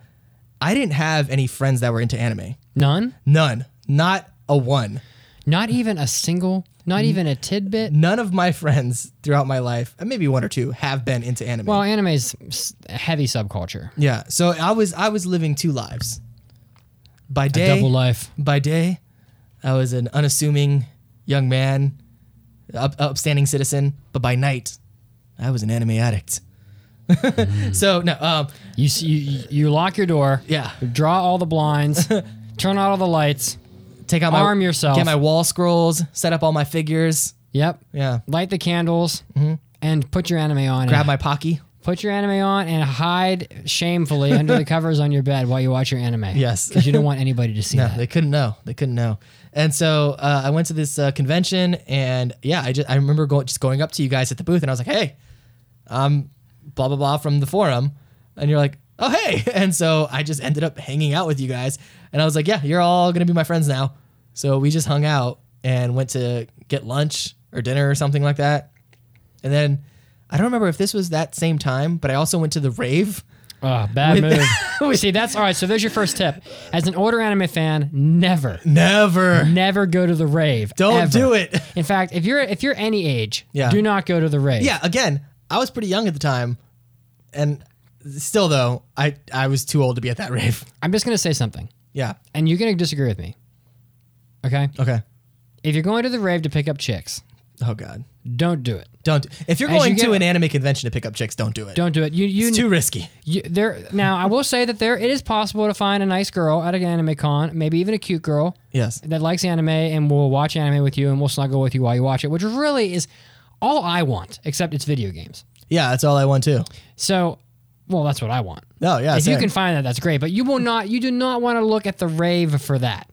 I didn't have any friends that were into anime. none None. Not a one. Not even a single, not even a tidbit. None of my friends throughout my life, and maybe one or two, have been into anime. Well, anime's s- a heavy subculture. Yeah. So I was I was living two lives. By A day, double life. by day, I was an unassuming young man, up, upstanding citizen. But by night, I was an anime addict. so no, um, You, s- you you lock your door. Yeah. Draw all the blinds. turn out all the lights. take out my Arm yourself. get my wall scrolls, set up all my figures. Yep. Yeah, Mm-hmm. Light the candles and put your anime on. grab and my pocky. put your anime on and hide shamefully under the covers on your bed while you watch your anime. Yes. because you don't want anybody to see No, that. they couldn't know. They couldn't know. And so uh, I went to this uh, convention, and yeah, I just I remember going just going up to you guys at the booth, and I was like, "Hey, I'm blah blah blah from the forum," and you're like, "Oh hey!" And so I just ended up hanging out with you guys, and I was like, "Yeah, you're all gonna be my friends now." So we just hung out and went to get lunch or dinner or something like that, and then I don't remember if this was that same time, but I also went to the rave. Oh, bad move. See, that's all right. So there's your first tip. As an older anime fan, never, Never. never go to the rave. Don't ever. do it. In fact, if you're if you're any age, Yeah. do not go to the rave. yeah again i was pretty young at the time and still though i i was too old to be at that rave I'm just gonna say something, yeah and you're gonna disagree with me. Okay, okay if you're going to the rave to pick up chicks, oh god don't do it. don't if you're As going you get- to an anime convention to pick up chicks don't do it Don't do it. You you it's too risky You, there now, I will say that there it is possible to find a nice girl at an anime con, maybe even a cute girl yes that likes anime and will watch anime with you and will snuggle with you while you watch it, which really is all I want, except it's video games. yeah that's all i want too So, well, that's what I want. no yeah if you same. can find that, that's great. But you will not. You do not want to look at the rave for that.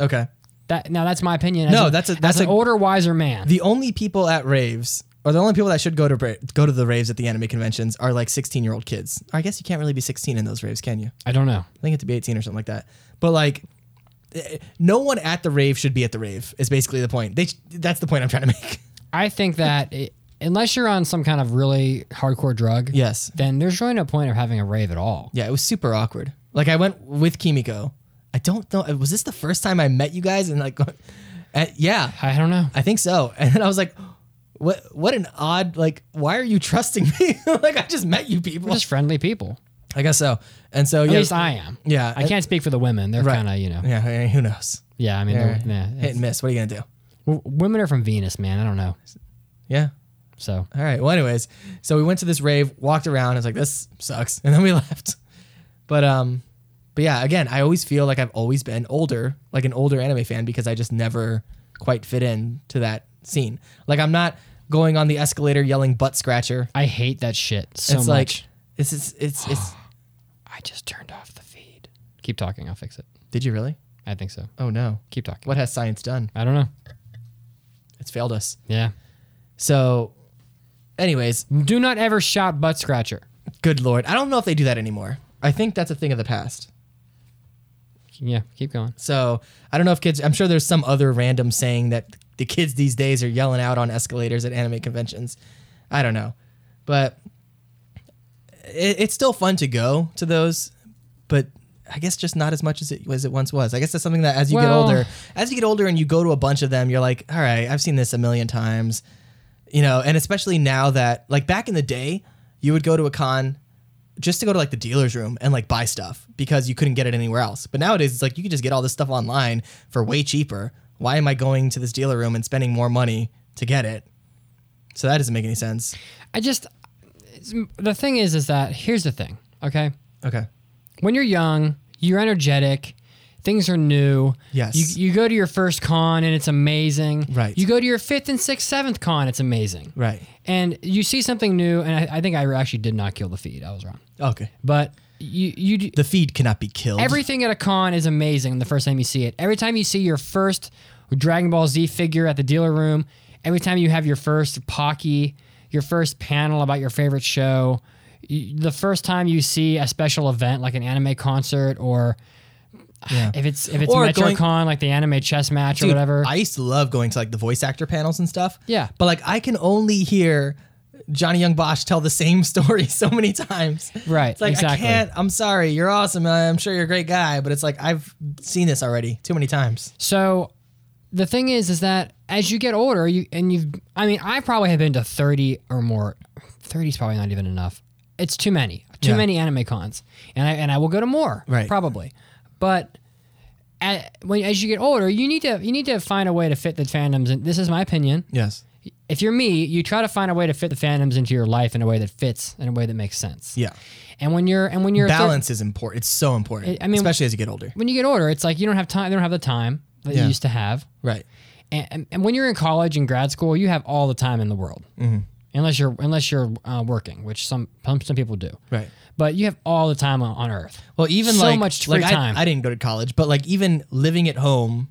okay That now, that's my opinion. As No, that's a- that's as an a- older, wiser man. the only people at raves or the only people that should go to ra- go to the raves at the anime conventions are like 16 year old kids i guess you can't really be 16 in those raves can you I don't know. i think it to be 18 or something like that but like eh, no one at the rave should be at the rave is basically the point they sh- that's the point i'm trying to make I think that it, unless you're on some kind of really hardcore drug, yes then there's really no point of having a rave at all. Yeah, it was super awkward. Like I went with Kimiko. I don't know. eh, Was this the first time I met you guys? And like, uh, yeah, I don't know. I think so. And then I was like, what? What an odd. Like, why are you trusting me? like I just met you people. We're just friendly people. I guess so. And so At yeah, least I am. yeah, I can't speak for the women. They're Right. kind of, you know. Yeah, I mean, who knows? Yeah, I mean, they're- Yeah. yeah, Hit it's- and miss. What are you gonna do? w- women are from Venus, man. I don't know. Yeah. So All right. Well, anyways, so we went to this rave, walked around. I was like, this sucks, and then we left. But um, but yeah, again, I always feel like I've always been older, like an older anime fan, because I just never quite fit in to that scene. Like I'm not going on the escalator yelling butt scratcher. I hate that shit so it's much. like it's it's it's, it's I just turned off the feed. Keep talking. I'll fix it. Did you really? I think so. Oh no. Keep talking. What has science done? I don't know. It's failed us. Yeah. So, anyways, Do not ever shout butt scratcher. good lord, I don't know if they do that anymore. I think that's a thing of the past. Yeah. Keep going. So I don't know if kids. I'm sure there's some other random saying that the kids these days are yelling out on escalators at anime conventions. I don't know, but it, it's still fun to go to those. But I guess just not as much as it as it once was. I guess that's something that as you get Well- older, as you get older and you go to a bunch of them, you're like, all right, I've seen this a million times, you know. And especially now that like back in the day, you would go to a con just to go to like the dealer's room and like buy stuff because you couldn't get it anywhere else. But nowadays, it's like you can just get all this stuff online for way cheaper. Why am I going to this dealer room and spending more money to get it? So that doesn't make any sense. I just, it's- the thing is, is that here's the thing. Okay. Okay. when you're young, you're energetic, things are new. Yes. You, you go to your first con and it's amazing. Right. You go to your fifth and sixth, seventh con, it's amazing. Right. And you see something new, and I, I think I actually did not kill the feed. I was wrong. Okay. But you, you, d- The feed cannot be killed. everything at a con is amazing the first time you see it. Every time you see your first Dragon Ball Z figure at the dealer room, every time you have your first Pocky, your first panel about your favorite show, y- the first time you see a special event like an anime concert or Yeah. if it's if it's Or MetroCon going- like the anime chess match or Dude, whatever. I used to love going to like the voice actor panels and stuff. Yeah. But like I can only hear Johnny Young Bosch tell the same story so many times. Right, It's like exactly. I can't. I'm sorry. You're awesome. I'm sure you're a great guy, but it's like I've seen this already too many times. So the thing is, is that as you get older, you and you've, I mean, I probably have been to 30 or more. 30 is probably not even enough. It's too many, too Yeah. many anime cons. And I, and I will go to more, Right. probably. But at, when, as you get older, you need to, you need to find a way to fit the fandoms. And this is my opinion. Yes. If you're me, you try to find a way to fit the fandoms into your life in a way that fits in a way that makes sense. Yeah. And when you're, and when you're a thir- Balance is important. It's so important. I- I mean- especially as you get older. when you get older, it's like you don't have time. They don't have the time. that Yeah. you used to have. Right. And, and, and when you're in college and grad school, you have all the time in the world, Mm-hmm. unless you're unless you're uh, working, which some some people do. Right. But you have all the time on, on Earth. Well, even so like much free like I- time. Mm-hmm. I, didn't go to college, but like even living at home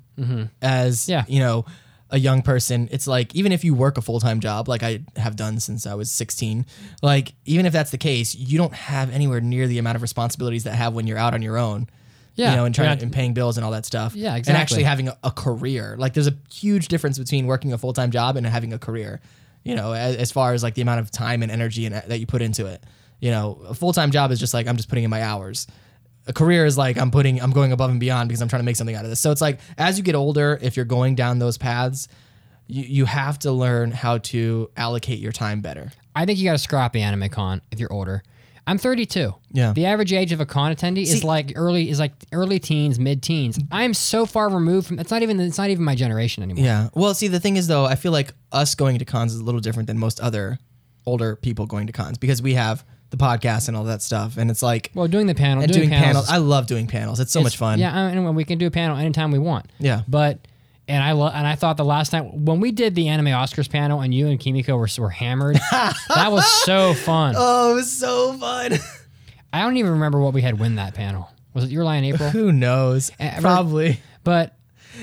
as Yeah. you know a young person, it's like even if you work a full time job, like I have done since I was sixteen, like even if that's the case, you don't have anywhere near the amount of responsibilities that have when you're out on your own. Yeah. You know, and You're trying not- and paying bills and all that stuff. Yeah, And exactly. actually having a, a career. Like there's a huge difference between working a full time job and having a career. You know, as, as far as like the amount of time and energy and uh, that you put into it. You know, a full time job is just like I'm just putting in my hours. A career is like I'm putting I'm going above and beyond because I'm trying to make something out of this. So it's like as you get older, if you're going down those paths, you, you have to learn how to allocate your time better. I think you got to scrap the anime con if you're older. I'm 32. Yeah. The average age of a con attendee is like early is like early teens, mid teens. I am so far removed from. It's not even. It's not even my generation anymore. Yeah. Well, see, the thing is, though, I feel like us going to cons is a little different than most other older people going to cons because we have the podcast and all that stuff, and it's like Well, doing the panel, and doing, doing panels. is I love doing panels. It's so much fun. Yeah, I mean, we can do a panel anytime we want. Yeah. But and I lo- and I thought the last time when we did the anime Oscars panel and you and Kimiko were, were hammered, that was so fun. Oh, it was so fun. I don't even remember what we had win that panel. Was it your lie in April? Who knows? I- Probably. but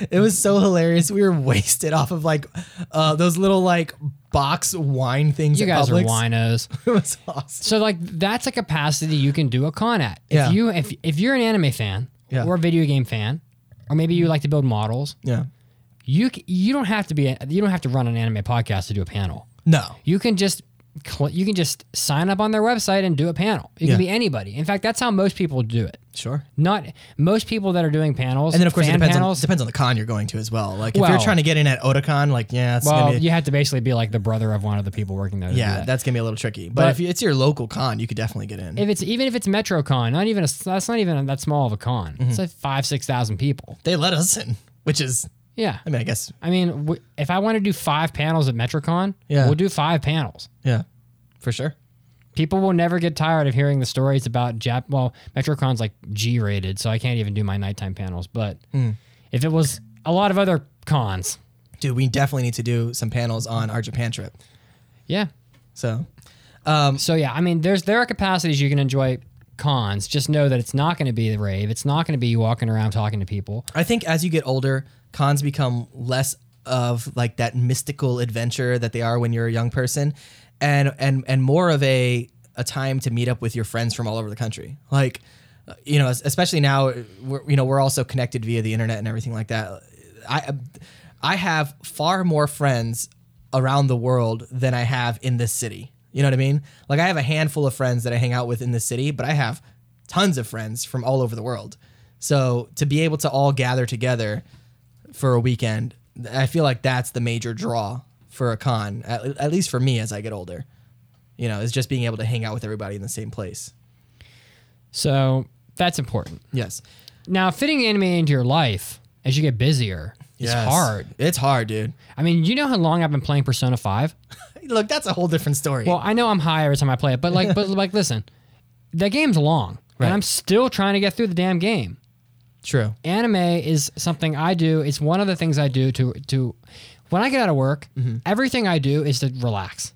It was so hilarious. We were wasted off of like uh, those little like box wine things. you at guys Publix. are winos. It was awesome. So like that's a capacity you can do a con at. If Yeah. you if if you're an anime fan Yeah. or a video game fan, or maybe you like to build models, Yeah. you c- you don't have to be a, you don't have to run an anime podcast to do a panel. No. you can just cl- you can just sign up on their website and do a panel. You Yeah. can be anybody. In fact, that's how most people do it. Sure. Not most people that are doing panels, And then of course it fan depends panels. on depends on the con you're going to as well. Like if you're Well- trying to get in at Otakon, like yeah, it's well, gonna be, you have to basically be like the brother of one of the people working there. to do yeah, that. that's gonna be a little tricky. But, But- if you, it's your local con, you could definitely get in. if it's even if it's MetroCon, not even a, that's not even that small of a con. Mm-hmm. It's like five six thousand people. they let us in, which is, Yeah, I mean, I guess, I mean, w- if I want to do five panels at MetroCon, Yeah. we'll do five panels. yeah, for sure. People will never get tired of hearing the stories about Jap. Well, MetroCon's like G rated, so I can't even do my nighttime panels. But Hmm. if it was a lot of other cons, Dude, we definitely need to do some panels on our Japan trip. yeah. So So yeah, I mean, there's there are capacities you can enjoy cons. Just know that it's not going to be the rave. It's not going to be you walking around talking to people. I think as you get older, cons become less of like that mystical adventure that they are when you're a young person, and and and more of a a time to meet up with your friends from all over the country. Like, uh, you know, es- especially now, uh, we're, you know, we're also connected via the internet and everything like that. I I have far more friends around the world than I have in this city. You know what I mean? Like I have a handful of friends that I hang out with in this city, but I have tons of friends from all over the world. So to be able to all gather together for a weekend, th- I feel like that's the major draw for a con, at, at least for me as I get older. You know, is just being able to hang out with everybody in the same place. So that's important. Yes. Now, fitting anime into your life as you get busier is Yes. hard. It's hard, dude. I mean, you know how long I've been playing Persona Five. Look, that's a whole different story. Well, I know I'm high every time I play it, but like, but like, listen, the game's long, and I'm still trying to get through the damn game. true. Anime is something I do. It's one of the things I do to to when I get out of work. Mm-hmm. Everything I do is to relax.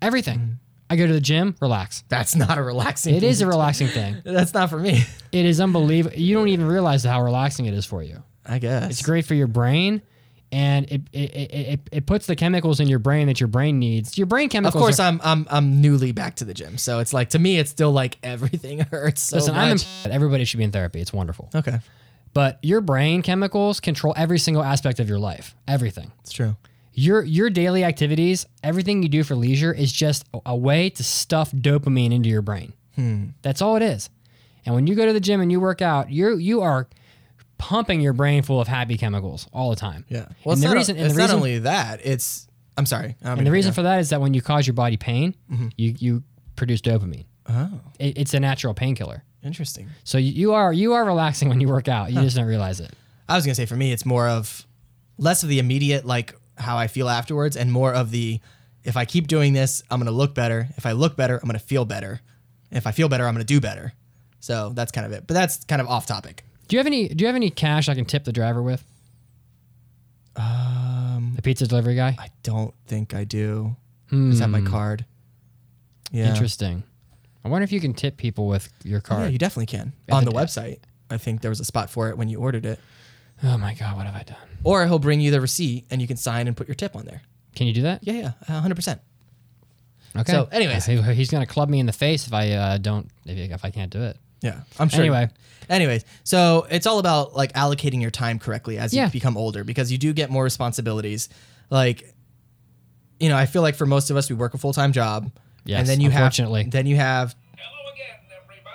Everything. Mm-hmm. I go to the gym, relax. That's not a relaxing. It is a relaxing thing. That's not for me. It is unbelievable. You don't even realize how relaxing it is for you. I guess. It's great for your brain. And it, it, it, it, it puts the chemicals in your brain that your brain needs. Your brain Of chemicals. course, are, I'm I'm I'm newly back to the gym, so it's like to me, it's still like everything hurts. So listen, I'm much. in, everybody should be in therapy. It's wonderful. okay. But your brain chemicals control every single aspect of your life. Everything. It's true. your your daily activities, everything you do for leisure is just a- a way to stuff dopamine into your brain. Hmm. That's all it is. And when you go to the gym and you work out, you you are pumping your brain full of happy chemicals all the time. Yeah. Well, and it's the not, reason and it's the not reason only that. It's I'm sorry. I don't mean and to the cut reason you for that is that when you cause your body pain, Mm-hmm. you you produce dopamine. off. oh, It, it's a natural painkiller. interesting. So you, you are you are relaxing when you work out. You just don't realize it. I was gonna say for me, it's more of less of the immediate like how I feel afterwards, and more of the if I keep doing this, I'm gonna look better. If I look better, I'm gonna feel better. And if I feel better, I'm gonna do better. So that's kind of it. But that's kind of off topic. Do you have any do you have any cash I can tip the driver with? Um, pizza delivery guy? I don't think I do. Is that my card? Yeah. Oh, Interesting. I wonder if you can tip people with your Yeah, card. you definitely can. On the the desk. website. I think there was a spot for it when you ordered it. oh my god, what have I done? Or he'll bring you the receipt and you can sign and put your tip on there. Can you do that? Yeah, yeah, 100%. Okay. So, anyways. Uh, he- he's gonna club me in the face if I uh, don't if, if I can't do it. Yeah, I'm sure. Anyway. anyways, so it's all about like allocating your time correctly as Yeah. you become older because you do get more responsibilities. Like, you know, I feel like for most of us, we work a full time job. Yes, and then you unfortunately. have then you have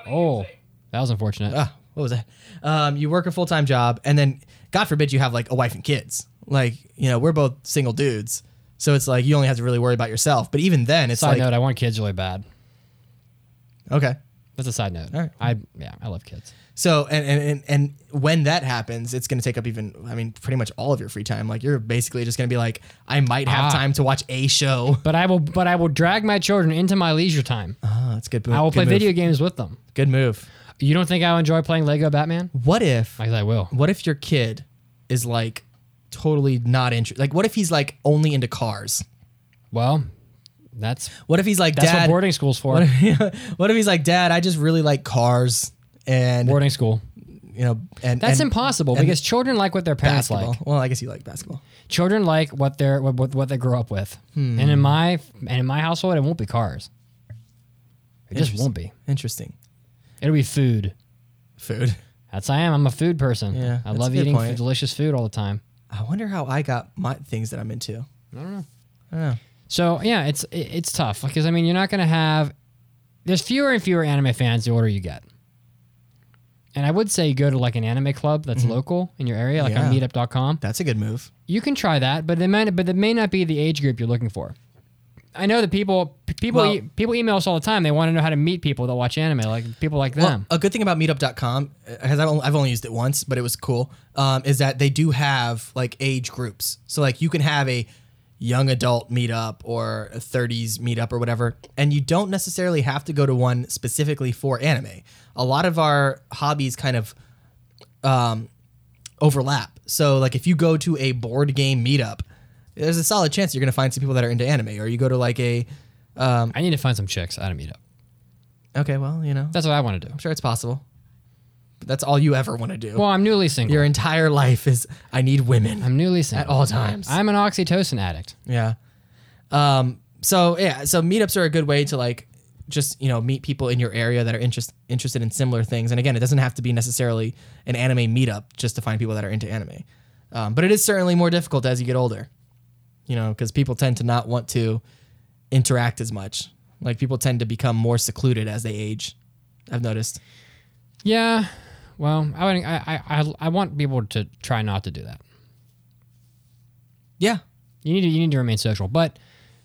Oh, that was unfortunate. ah, what was that? Um, you work a full time job, and then God forbid you have like a wife and kids. Like, you know, we're both single dudes, so it's like you only have to really worry about yourself. But even then, it's side like note: I want kids really bad. okay, That's a side note. All right. I yeah, I love kids. So and and and, and when that happens, it's going to take up even I mean pretty much all of your free time. Like you're basically just going to be like, I might have Ah. time to watch a show. But I will but I will drag my children into my leisure time. Oh, that's a good. Move. I will good play move. video games with them. Good move. You don't think I'll enjoy playing Lego Batman? What if? I, I will. What if your kid is like totally not interested? Like, what if he's like only into cars? Well, that's What if he's like, that's Dad? what boarding school's for. what, if, what if he's like, Dad? I just really like cars, and boarding school. you know, and That's and impossible because children like what their parents Basketball. like. Well, I guess you like basketball. Children like what they're what, what, what they grow up with. Hmm. And in my and in my household, it won't be cars. It just won't be. Interesting. It'll be food. Food. That's I am. I'm a food person. Yeah, I that's love a good eating point. food, delicious food all the time. I wonder how I got my things that I'm into. So yeah, it's it- it's tough because I mean you're not gonna have there's fewer and fewer anime fans the older you get. And I would say go to like an anime club that's local in your area, like on Mm-hmm. Yeah. meetup.com. That's a good move. You can try that, but it might but it may not be the age group you're looking for. I know that people p- people Well- e- people email us all the time. They want to know how to meet people that watch anime, like people like Well, them. a good thing about meetup.com, because uh, I've, only- I've only used it once, but it was cool, um, is that they do have like age groups. So, like, you can have a young adult meetup or a 30s meetup or whatever, and you don't necessarily have to go to one specifically for anime. A lot of our hobbies kind of um, overlap. So like if you go to a board game meetup, there's a solid chance you're going to find some people that are into anime or you go to like a um, I need to find some chicks at a meetup. okay, well, you know, I'm That's what I want to do. sure it's possible. But that's all you ever want to do. Well, I'm newly single. Your entire life is I need women. I'm newly single At all times. I'm an oxytocin addict. Yeah. Um so yeah, so meetups are a good way to like just, you know, meet people in your area that are interest, interested in similar things. And again, it doesn't have to be necessarily an anime meetup just to find people that are into anime. Um, but it is certainly more difficult as you get older. you know, because people tend to not want to interact as much. Like people tend to become more secluded as they age. I've noticed. Yeah. Well, I would, I, I I I want people to try not to do that. Yeah. You need to you need to remain social. But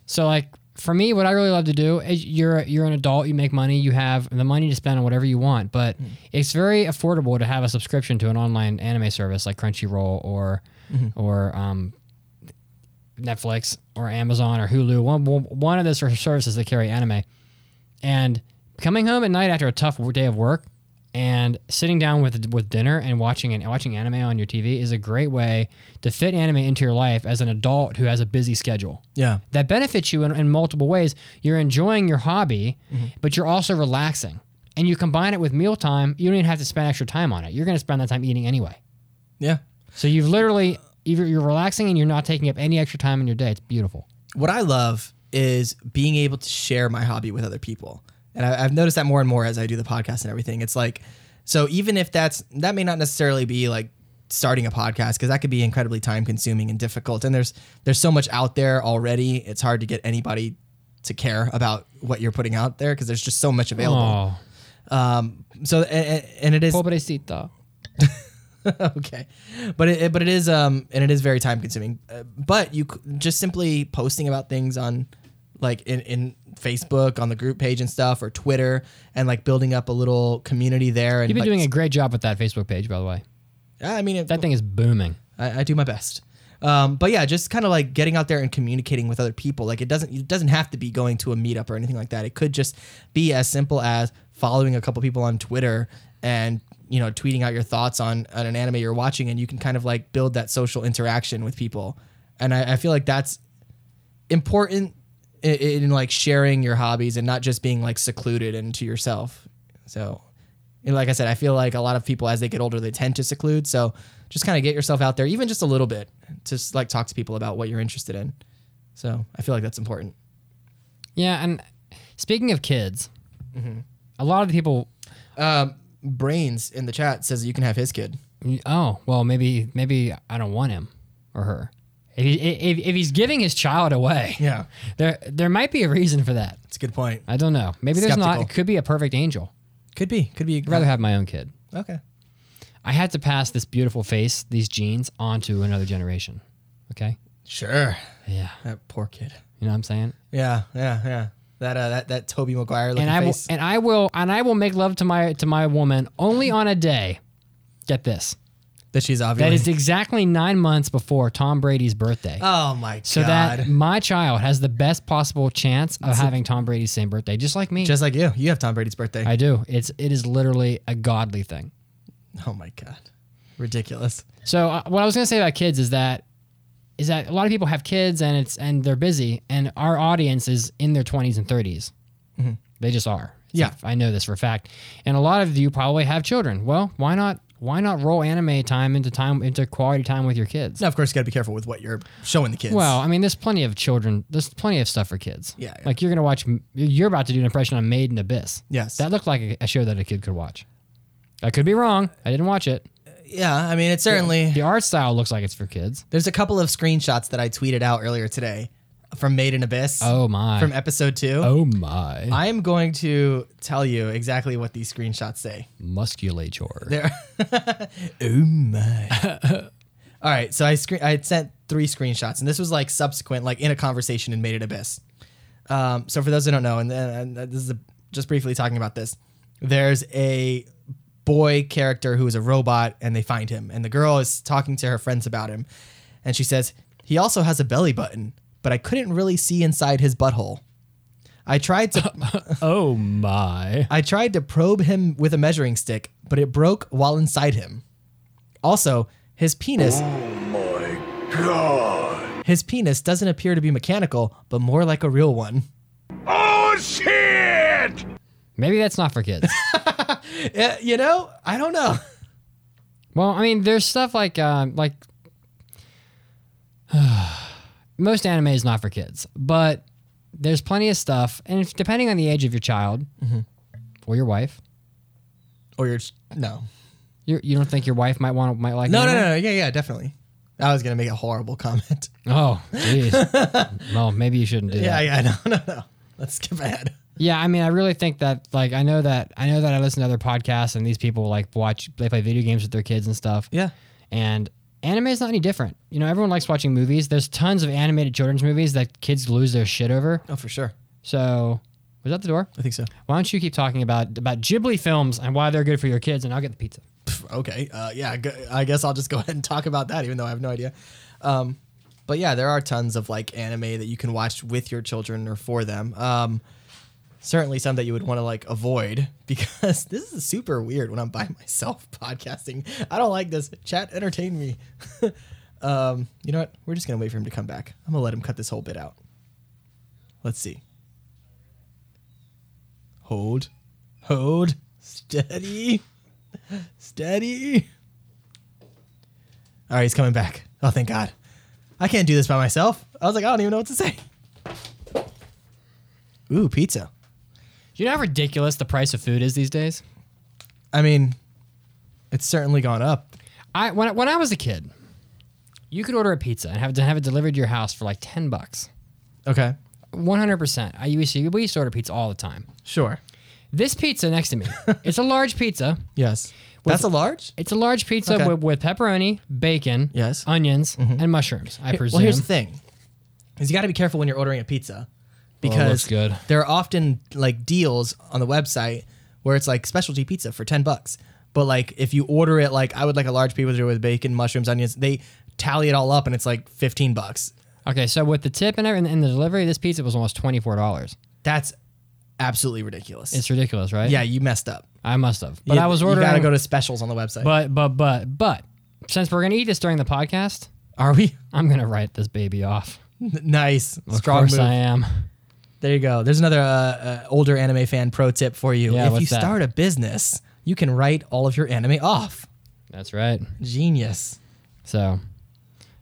so like for me, what I really love to do is you're you're an adult, you make money, you have the money to spend on whatever you want. But it's very affordable to have a subscription to an online anime service like Crunchyroll or or um, Netflix or Amazon or Hulu. One one of those are services that carry anime. And coming home at night after a tough day of work and sitting down with with dinner and watching and watching anime on your TV is a great way to fit anime into your life as an adult who has a busy schedule. Yeah. That benefits you in, in multiple ways. You're enjoying your hobby, Mm-hmm. but you're also relaxing. And you combine it with mealtime, you don't even have to spend extra time on it. You're going to spend that time eating anyway. Yeah. So you've literally you're, you're relaxing and you're not taking up any extra time in your day. It's beautiful. What I love is being able to share my hobby with other people. And I, I've noticed that more and more as I do the podcast and everything. It's like, so even if that's, that may not necessarily be like starting a podcast because that could be incredibly time consuming and difficult. And there's, there's so much out there already. It's hard to get anybody to care about what you're putting out there because there's just so much available. Um, Oh, So, and, and it is, pobrecita. okay but it, but it is um and it is very time consuming uh, but you c- just simply posting about things on like in, in facebook on the group page and stuff or twitter and like building up a little community there and You've been like, doing a great job with that Facebook page, by the way. i mean it, That thing is booming. I, I do my best um, but yeah, just kind of like getting out there and communicating with other people. Like it doesn't it doesn't have to be going to a meetup or anything like that. It could just be as simple as following a couple people on Twitter and you know tweeting out your thoughts on, on an anime you're watching, and you can kind of like build that social interaction with people and I, I feel like that's important in, in like sharing your hobbies and not just being like secluded and to yourself. So, and like I said, I feel like a lot of people as they get older they tend to seclude. So just kind of get yourself out there, even just a little bit, to just like talk to people about what you're interested in. So I feel like that's important. Yeah, and speaking of kids, Mm-hmm. a lot of the people. Brains in the chat says you can have his kid. Oh, well, maybe maybe I don't want him or her. If, he, if, if he's giving his child away, Yeah, there there might be a reason for that. it's a good point. I don't know. Maybe there's not. It Skeptical. could be a perfect angel. Could be, could be. I'd rather have my own kid. okay. I had to pass this beautiful face, these genes, onto another generation. Okay. Sure. Yeah. That poor kid. You know what I'm saying? Yeah, yeah, yeah. That uh, that that Toby Maguire looking and I will, face. and I will and I will make love to my to my woman only on a day. Get this. that she's That obviously. is exactly nine months before Tom Brady's birthday. oh my so god. that my child has the best possible chance of having Tom Brady's same birthday, just like me. Just like you, you have Tom Brady's birthday. I do. It's it is literally a godly thing. oh my god, ridiculous. So uh, what I was going to say about kids is that is that a lot of people have kids and it's and they're busy and our audience is in their 20s and 30s. They just are. Mm-hmm. It's Yeah. like- I know this for a fact. And a lot of you probably have children. Well, why not why not roll anime time into time into quality time with your kids? Now, of course, you got to be careful with what you're showing the kids. Well, I mean, there's plenty of children. There's plenty of stuff for kids. Yeah, yeah. Like you're gonna watch. You're about to do an impression on Made in Abyss. Yes. That looked like a, a show that a kid could watch. I could be wrong. I didn't watch it. yeah, I mean, it's certainly The art style looks like it's for kids. there's a couple of screenshots that I tweeted out earlier today from Made in Abyss Oh my. from episode two. oh my. I am going to tell you exactly what these screenshots say. Musculature. There. oh my. All right, so I screen I had sent three screenshots, and this was like subsequent, like in a conversation in Made It Abyss. Um, so for those who don't know, and, and and this is a, just briefly talking about this, there's a boy character who is a robot, and they find him, and the girl is talking to her friends about him, and she says he also has a belly button, but I couldn't really see inside his butthole. I tried to oh my. I tried to probe him with a measuring stick, but it broke while inside him. Also, his penis. Oh My God! His penis doesn't appear to be mechanical, but more like a real one. Oh shit! Maybe that's not for kids. Eh, you know, I don't know. well, I mean, there's stuff like um, like most anime is not for kids, but there's plenty of stuff, and if, depending on the age of your child Mm-hmm. or your wife, Or you're just- no. you you don't think your wife might want might like No, no, anime? no, no. Yeah, yeah, definitely. I was gonna make a horrible comment. Oh, jeez. well, maybe you shouldn't do Yeah, that. yeah, no, no, no. Let's skip ahead. Yeah, I mean, I really think that like I know that I know that I listen to other podcasts and these people like watch they play video games with their kids and stuff. Yeah. And anime is not any different. You know, everyone likes watching movies. There's tons of animated children's movies that kids lose their shit over. Oh, for sure. So, was that the door? I think so. Why don't you keep talking about about Ghibli films and why they're good for your kids and I'll get the pizza. Pff, Okay. Uh, yeah. g- I guess I'll just go ahead and talk about that, even though I have no idea. Um, but yeah, there are tons of like anime that you can watch with your children or for them. Um, certainly some that you would want to like avoid because this is super weird when I'm by myself podcasting. I don't like this. Chat, entertain me. um, you know what? We're just gonna wait for him to come back. I'm gonna let him cut this whole bit out. Let's see. Hold, hold, steady. Steady. All right, he's coming back. Oh, thank God. I can't do this by myself. I was like, I don't even know what to say. Ooh, pizza. Do you know how ridiculous the price of food is these days? I mean, it's certainly gone up. I when I, when I was a kid, you could order a pizza and have to have it delivered to your house for like 10 bucks. Okay. 100%. I used to we used to order pizza all the time. Sure. This pizza next to me, it's a large pizza. Yes. That's a large? It's a large pizza Okay. with, with pepperoni, bacon, Yes. Mm-hmm. onions, and mushrooms. I presume. Well, here's the thing. Is you got to be careful when you're ordering a pizza Oh, looks because good. there are often like deals on the website where it's like specialty pizza for 10 bucks. But like if you order it like I would like a large pizza with bacon, mushrooms, onions, they tally it all up and it's like 15 bucks. Okay, so with the tip and everything, and the delivery, this pizza was almost twenty four dollars. That's absolutely ridiculous. It's ridiculous, right? yeah, you messed up. I must have. But You- I was ordering. You got to go to specials on the website. But but but but since we're gonna eat this during the podcast, Are we? I'm gonna write this baby off. N- nice. Of Strong course move. I am. There you go. There's another uh, uh, older anime fan pro tip for you. Yeah, if what's you that? start a business, you can write all of your anime off. That's right. Genius. So,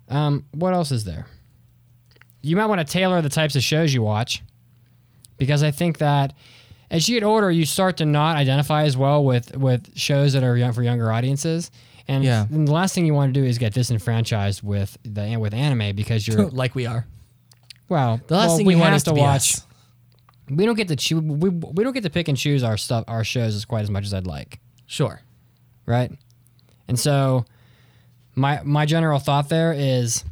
um, what else is there? You might want to tailor the types of shows you watch because I think that as you get older, you start to not identify as well with, with shows that are young, for younger audiences. And, Yeah. and the last thing you want to do is get disenfranchised with the with anime because you're like we are. wow. The last well, thing we you want have is to, to be watch. us. We don't get to choose. We, we don't get to pick and choose our stuff, our shows as quite as much as I'd like Sure. right? And so my my general thought there is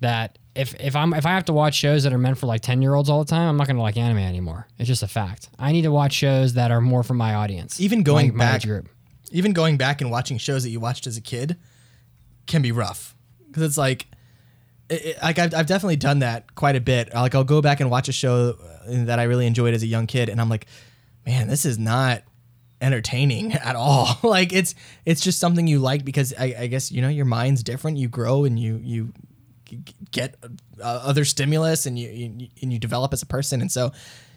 that if if I'm if I have to watch shows that are meant for like 10-year-olds all the time, I'm not going to like anime anymore. It's just a fact. I need to watch shows that are more for my audience. Even going my- my back- age group. Even going back and watching shows that you watched as a kid can be rough because it's like, it, it- like I've, I've definitely done that quite a bit. Like I'll go back and watch a show uh, that I really enjoyed as a young kid, and I'm like, man, this is not entertaining at all. like it's it's just something you like because I, I guess you know your mind's different. You grow and you you g- g- get uh, other stimulus and you, you and you develop as a person, and so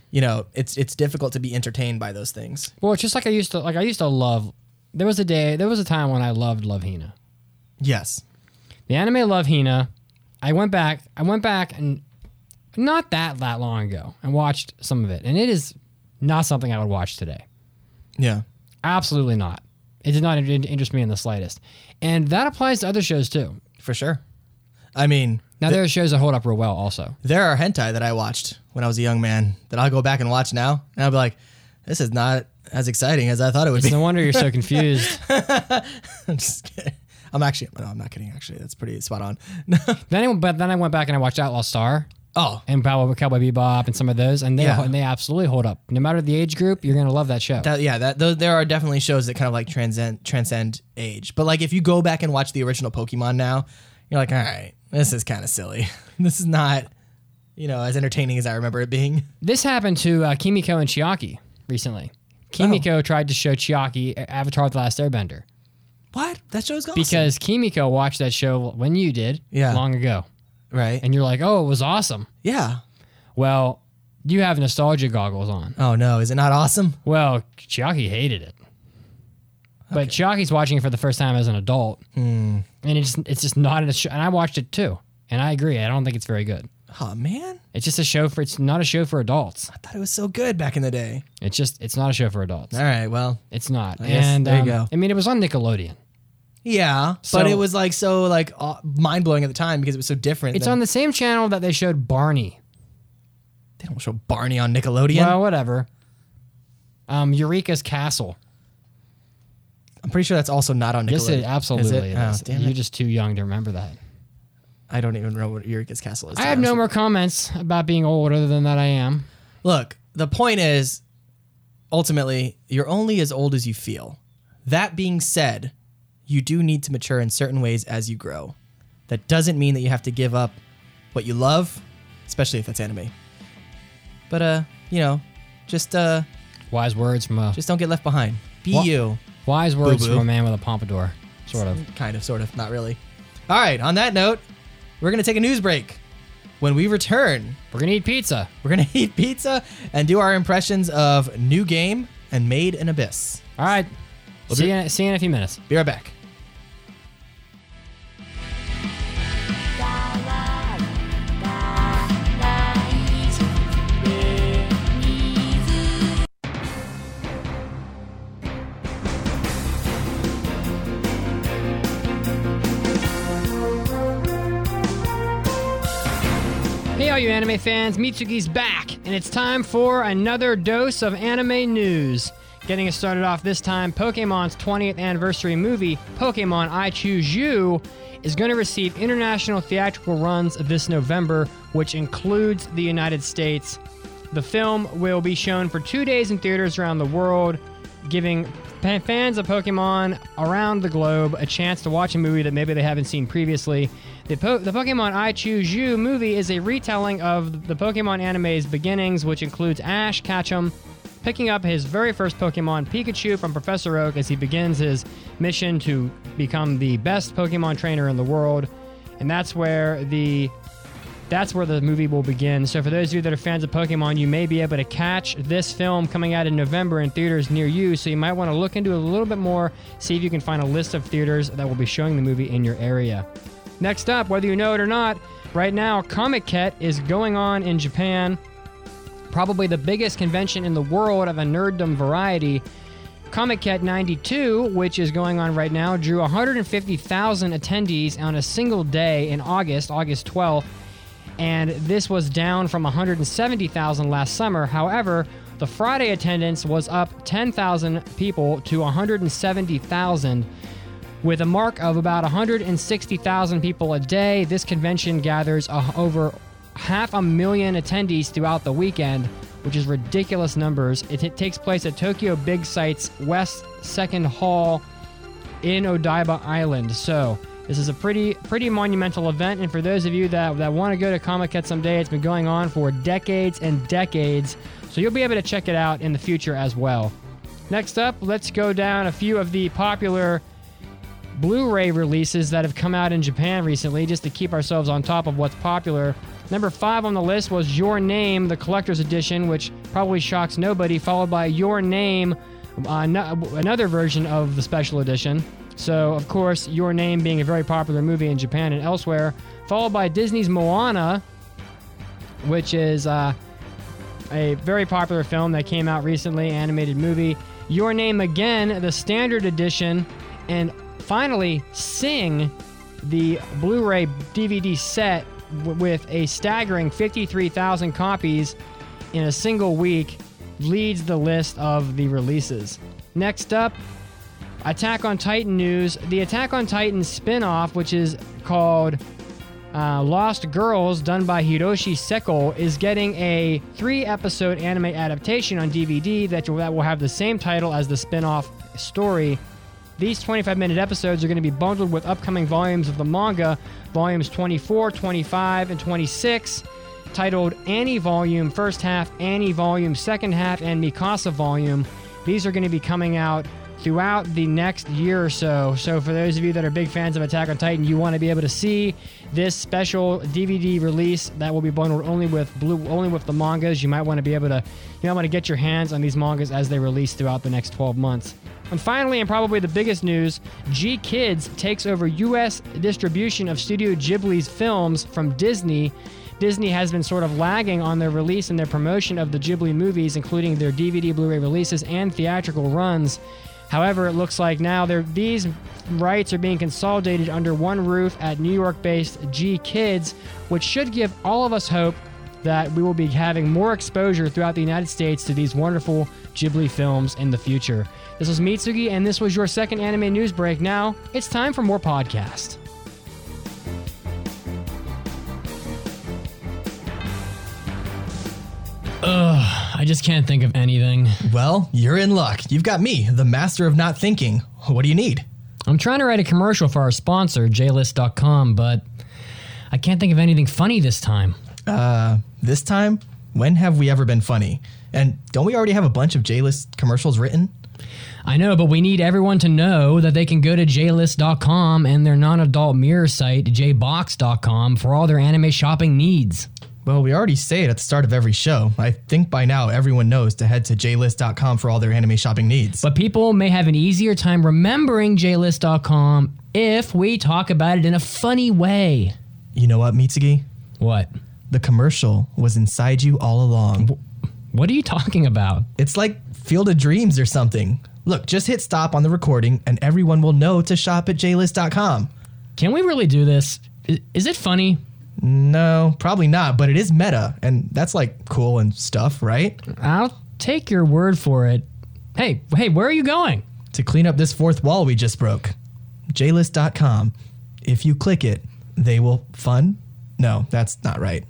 you know it's it's difficult to be entertained by those things. Well, it's just like I used to like I used to love there was a day, there was a time when I loved Love Hina. Yes. The anime Love Hina, I went back, I went back and not that that long ago and watched some of it. And it is not something I would watch today. Yeah. Absolutely not. It did not in- interest me in the slightest. And that applies to other shows too. For sure. I mean, Now, there are shows that hold up real well also. there are hentai that I watched when I was a young man that I'll go back and watch now, and I'll be like, this is not as exciting as I thought it would It's be. no wonder you're so confused. I'm just kidding. I'm actually, no, I'm not kidding. Actually, that's pretty spot on. No. then, I, but then I went back and I watched Outlaw Star oh, and Cowboy, Cowboy Bebop and some of those, and they Yeah. and they absolutely hold up. No matter the age group, you're gonna love that show. that, yeah. That th- there are definitely shows that kind of like transcend transcend age. But like, if you go back and watch the original Pokemon now, you're like, all right, this is kind of silly. this is not, you know, as entertaining as I remember it being. this happened to uh, Kimiko and Chiaki recently. Kimiko Oh. tried to show Chiaki uh, Avatar: The Last Airbender What that show's awesome. because Kimiko watched that show when you did Yeah. long ago, right? and you're like, "Oh, it was awesome." yeah. Well, you have nostalgia goggles on. Oh no, is it not awesome? Well, Chiaki hated it. But Chiaki's watching it for the first time as an adult. Hmm. And it's it's just not a show. And I watched it too. And I agree. I don't think it's very good. Oh man, It's just a show for it's not a show for adults. thought it was so good back in the day. It's just it's not a show for adults. All right, well, It's not. guess- and there you um, go. I mean, it was on Nickelodeon. yeah, So- but it was like so like mind blowing at the time because it was so different. It's than- on the same channel that they showed Barney. They don't show Barney on Nickelodeon. Well, whatever. Um, Eureka's Castle. I'm pretty sure that's also not on Nickelodeon. Yes, it absolutely Is it? Oh, is. damn You're it. just too young to remember that. I don't even know what Eureka's Castle is. to I be have no honest more comments about being old other than that I am. with you. Look, the point is, ultimately, you're only as old as you feel. That being said, you do need to mature in certain ways as you grow. That doesn't mean that you have to give up what you love, especially if it's anime. But uh, you know, just uh. Wise words from a Just don't get left behind. Be Wha- you. Wise words Boo-boo. from a man with a pompadour, sort of. Kind of, sort of, not really. All right, on that note, we're going to take a news break. When we return, We're gonna eat pizza. we're going to eat pizza and do our impressions of New Game and Made in Abyss. All right. see, you, see you in a few minutes. Be right back. Hey, all you anime fans, Mitsuki's back, and it's time for another dose of anime news. Getting us started off this time, Pokemon's 20th anniversary movie, Pokemon I Choose You, is going to receive international theatrical runs this November, which includes the United States. The film will be shown for two days in theaters around the world, giving pa- fans of Pokemon around the globe a chance to watch a movie that maybe they haven't seen previously. The, po- the Pokemon I Choose You movie is a retelling of the Pokemon anime's beginnings, which includes Ash Ketchum picking up his very first Pokemon, Pikachu, from Professor Oak as he begins his mission to become the best Pokemon trainer in the world and that's where the that's where the movie will begin. So for those of you that are fans of Pokemon, you may be able to catch this film coming out in November in theaters near you. So you might want to look into it a little bit more, see if you can find a list of theaters that will be showing the movie in your area. Next up, whether you know it or not, right now Comic Cat is going on in Japan. Probably the biggest convention in the world of a nerddom variety. Comic Cat 92, which is going on right now, drew 150,000 attendees on a single day in August, August 12th, and this was down from 170,000 last summer. However, the Friday attendance was up 10,000 people to 170,000. With a mark of about 160,000 people a day, this convention gathers uh, over half a million attendees throughout the weekend, which is ridiculous numbers. It, it takes place at Tokyo Big Sight's West Second Hall in Odaiba Island. So this is a pretty pretty monumental event, and for those of you that, that want to go to Comic Con someday, it's been going on for decades and decades. So you'll be able to check it out in the future as well. Next up, let's go down a few of the popular Blu-ray releases that have come out in Japan recently, just to keep ourselves on top of what's popular. Number five on the list was Your Name, the collector's edition, which probably shocks nobody, followed by Your Name, uh, no- another version of the special edition. So, of course, Your Name being a very popular movie in Japan and elsewhere, followed by Disney's Moana, which is uh, a very popular film that came out recently, animated movie. Your Name Again, the standard edition, and finally, Sing, the Blu ray DVD set w- with a staggering 53,000 copies in a single week, leads the list of the releases. Next up, Attack on Titan news. The Attack on Titan spin off, which is called uh, Lost Girls, done by Hiroshi Seko, is getting a three episode anime adaptation on DVD that, that will have the same title as the spin off story. These 25 minute episodes are going to be bundled with upcoming volumes of the manga, volumes 24, 25, and 26, titled Annie Volume First Half, Annie Volume Second Half, and Mikasa Volume. These are going to be coming out throughout the next year or so. So, for those of you that are big fans of Attack on Titan, you want to be able to see this special DVD release that will be bundled only with blue, only with the mangas. You might want to be able to, you might want to get your hands on these mangas as they release throughout the next 12 months. And finally, and probably the biggest news, G Kids takes over U.S. distribution of Studio Ghibli's films from Disney. Disney has been sort of lagging on their release and their promotion of the Ghibli movies, including their DVD, Blu ray releases, and theatrical runs. However, it looks like now they're- these rights are being consolidated under one roof at New York based G Kids, which should give all of us hope that we will be having more exposure throughout the United States to these wonderful Ghibli films in the future. This was Mitsugi, and this was your second anime news break. Now it's time for more podcast. Ugh, I just can't think of anything. Well, you're in luck. You've got me, the master of not thinking. What do you need? I'm trying to write a commercial for our sponsor, JList.com, but I can't think of anything funny this time. This time, when have we ever been funny? And don't we already have a bunch of J list commercials written? I know, but we need everyone to know that they can go to JList.com and their non adult mirror site, JBox.com, for all their anime shopping needs. Well, we already say it at the start of every show. I think by now everyone knows to head to jlist.com for all their anime shopping needs. But people may have an easier time remembering JList.com if we talk about it in a funny way. you know what, Mitsugi? What? The commercial was inside you all along. What are you talking about? It's like Field of Dreams or something. Look, just hit stop on the recording and everyone will know to shop at jlist.com. Can we really do this? I- Is it funny? No, probably not, but it is meta and that's like cool and stuff, right? I'll take your word for it. Hey, hey, where are you going? To clean up this fourth wall we just broke, jlist.com. If you click it, they will fun. No, that's not right.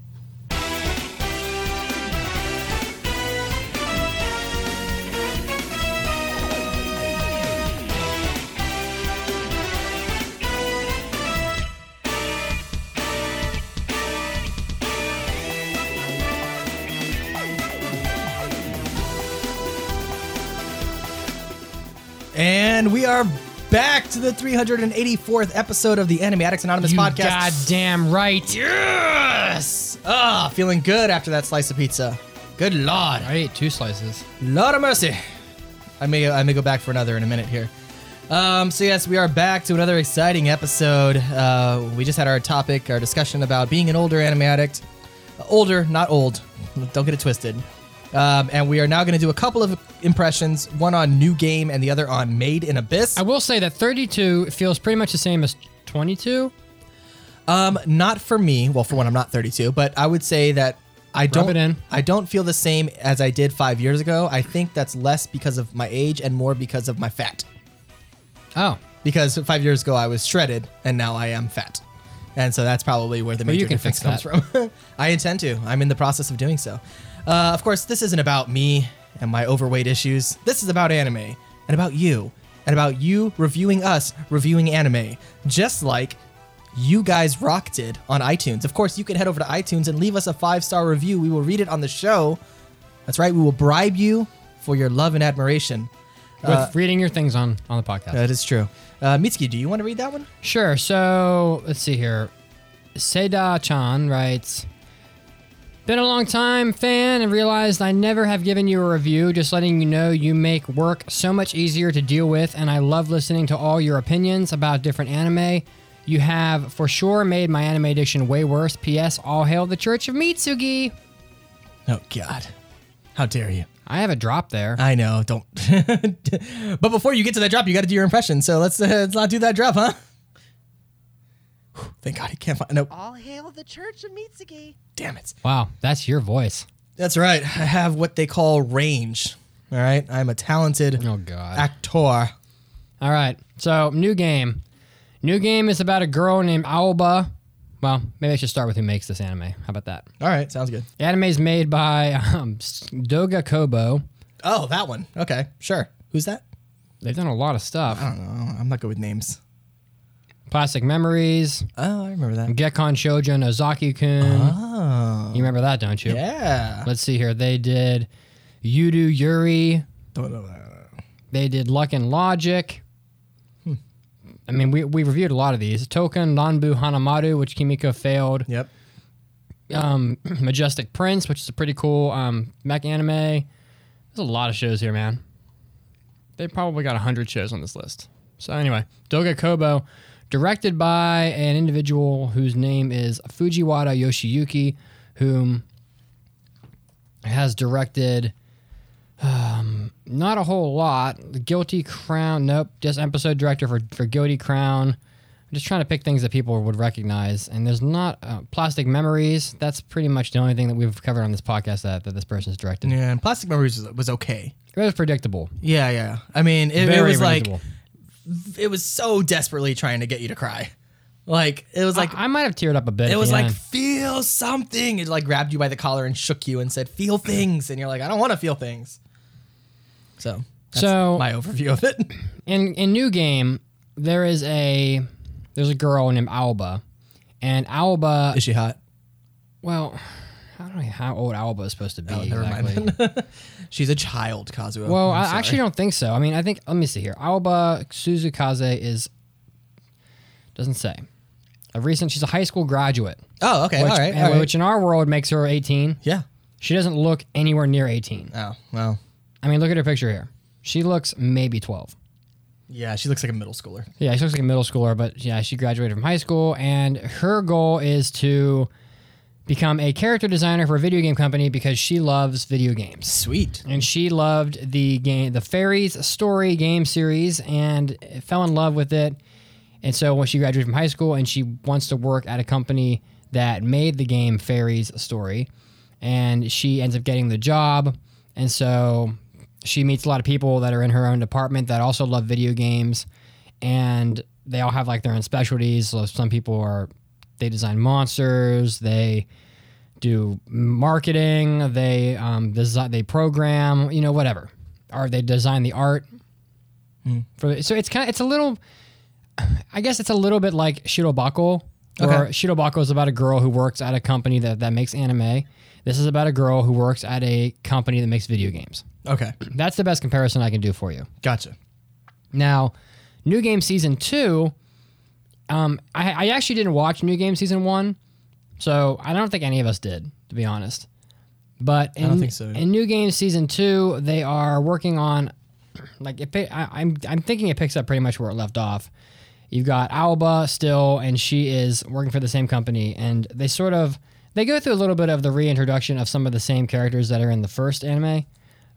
And we are back to the 384th episode of the Anime Addicts Anonymous You podcast. goddamn right. Yes! Ah, feeling good after that slice of pizza. Good lord. I ate two slices. Lord of mercy. I may I may go back for another in a minute here. Um, so yes, we are back to another exciting episode. Uh, we just had our topic, our discussion about being an older anime addict. Uh, Older, not old. Don't get it twisted. Um, and we are now going to do a couple of impressions, one on New Game and the other on Made in Abyss. I will say that 32 feels pretty much the same as 22. Um, not for me. Well, for one, I'm not 32, but I would say that I don't. it in. I don't feel the same as I did five years ago. I think that's less because of my age and more because of my fat. Oh, Because five years ago I was shredded and now I am fat, and so that's probably where the Well, major you can difference fix comes from. I intend to. I'm in the process of doing so. Uh, of course, this isn't about me and my overweight issues. This is about anime and about you and about you reviewing us reviewing anime, just like you guys rocked it on iTunes. Of course, you can head over to iTunes and leave us a five star review. We will read it on the show. That's right. We will bribe you for your love and admiration. with reading your things on on the podcast. That is true. Uh, Mitsuki, do you want to read that one? Sure. So let's see here. Seda Chan writes Been a long time fan and realized I never have given you a review, just letting you know you make work so much easier to deal with, and I love listening to all your opinions about different anime. You have for sure made my anime addiction way worse. P.S. All hail the Church of Mitsugi. Oh, God. How dare you? I have a drop there. I know. Don't. but before you get to that drop, you got to do your impression. So let's, uh, let's not do that drop, huh? Whew, Thank God he can't find. Nope. All hail the Church of Mitsugi. Damn it. wow, that's your voice. That's right. I have what they call range. All right. I'm a talented Oh, God. actor. All right. So, new game. New game is about a girl named Aoba. Well, maybe I should start with who makes this anime. How about that? All right. Sounds good. The anime is made by um, S- Doga Kobo. Oh, that one. Okay, sure. Who's that? They've done a lot of stuff. Oh, I'm not good with names. Plastic Memories, Oh, I remember that. Gekon Shoujo, Ozaki kun. You remember that, don't you? Yeah. Let's see here. They did Yudu Yuri. Don't know that. They did Luck and Logic. I mean, we, we reviewed a lot of these. Token, Nanbu Hanamaru, which Kimiko failed. Yep. um, Majestic Prince, which is a pretty cool um, mech anime. There's a lot of shows here, man. They probably got 100 shows on this list. So, anyway, Doga Kobo, directed by an individual whose name is Fujiwara Yoshiyuki, whom has directed um, not a whole lot. Guilty Crown, nope, just episode director for, for Guilty Crown. I'm just trying to pick things that people would recognize. And there's not uh, Plastic Memories. That's pretty much the only thing that we've covered on this podcast that, that this person's directed. Yeah, and Plastic Memories was, was okay. It was predictable. Yeah, yeah. I mean, it, it Very was like predictable. it was so desperately trying to get you to cry. Like it was like I, I might have teared up a bit. it at was the like end. feel something. It like grabbed you by the collar and shook you and said feel things, and you're like I don't want to feel things. So that's So- my overview of it. in in new game there is a there's a girl named Alba, and Alba. Is she hot? well, I don't know how old Alba is supposed to be. Oh, never mind. exactly. She's a child, Kazuo. Well, I'm I sorry. actually don't think so. I mean, I think let me see here. Alba Suzukaze is doesn't say. A recent, she's a high school graduate, Oh, okay. which, all right. and- all right. which in our world makes her 18. yeah. She doesn't look anywhere near 18. Oh well. I mean, look at her picture here. She looks maybe 12. Yeah, she looks like a middle schooler. Yeah, she looks like a middle schooler, but yeah, she graduated from high school, and her goal is to become a character designer for a video game company because she loves video games. Sweet. and she loved the game, the Fairies Story game series, and fell in love with it. And so when she graduated from high school, and she wants to work at a company that made the game Fairies Story, and she ends up getting the job. And so she meets a lot of people that are in her own department that also love video games, and they all have like their own specialties. So some people are they design monsters, they do marketing, they um, design, they program, you know, whatever, or they design the art. For so it's kind of it's a little, I guess it's a little bit like Shirobako, where Okay. Shirobako is about a girl who works at a company that that makes anime. This is about a girl who works at a company that makes video games. Okay. That's the best comparison I can do for you. Gotcha. Now, New Game Season 2, um, I, I actually didn't watch New Game Season 1, so I don't think any of us did, to be honest. But in, don't think so. in New Game Season 2, they are working on, like, it, pi- I, I'm, I'm thinking it picks up pretty much where it left off. You've got Alba still, and she is working for the same company, and they sort of they go through a little bit of the reintroduction of some of the same characters that are in the first anime,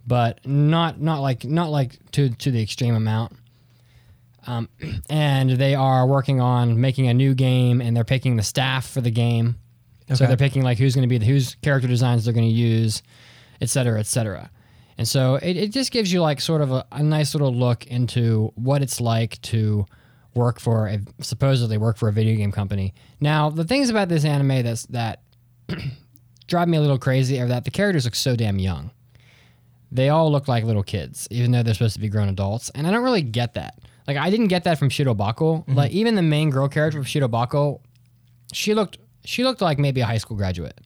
but not not like not like to to the extreme amount. Um, and they are working on making a new game, and they're picking the staff for the game. So Okay. they're picking like who's going to be the, whose character designs they're going to use, et cetera, et cetera. And so it, it just gives you like sort of a, a nice little look into what it's like to work for a supposedly work for a video game company. Now the things about this anime that's that drive me a little crazy are that the characters look so damn young. They all look like little kids, even though they're supposed to be grown adults. And I don't really get that. Like I didn't get that from Shirobako. Like even the main girl character of Shirobako, she looked she looked like maybe a high school graduate.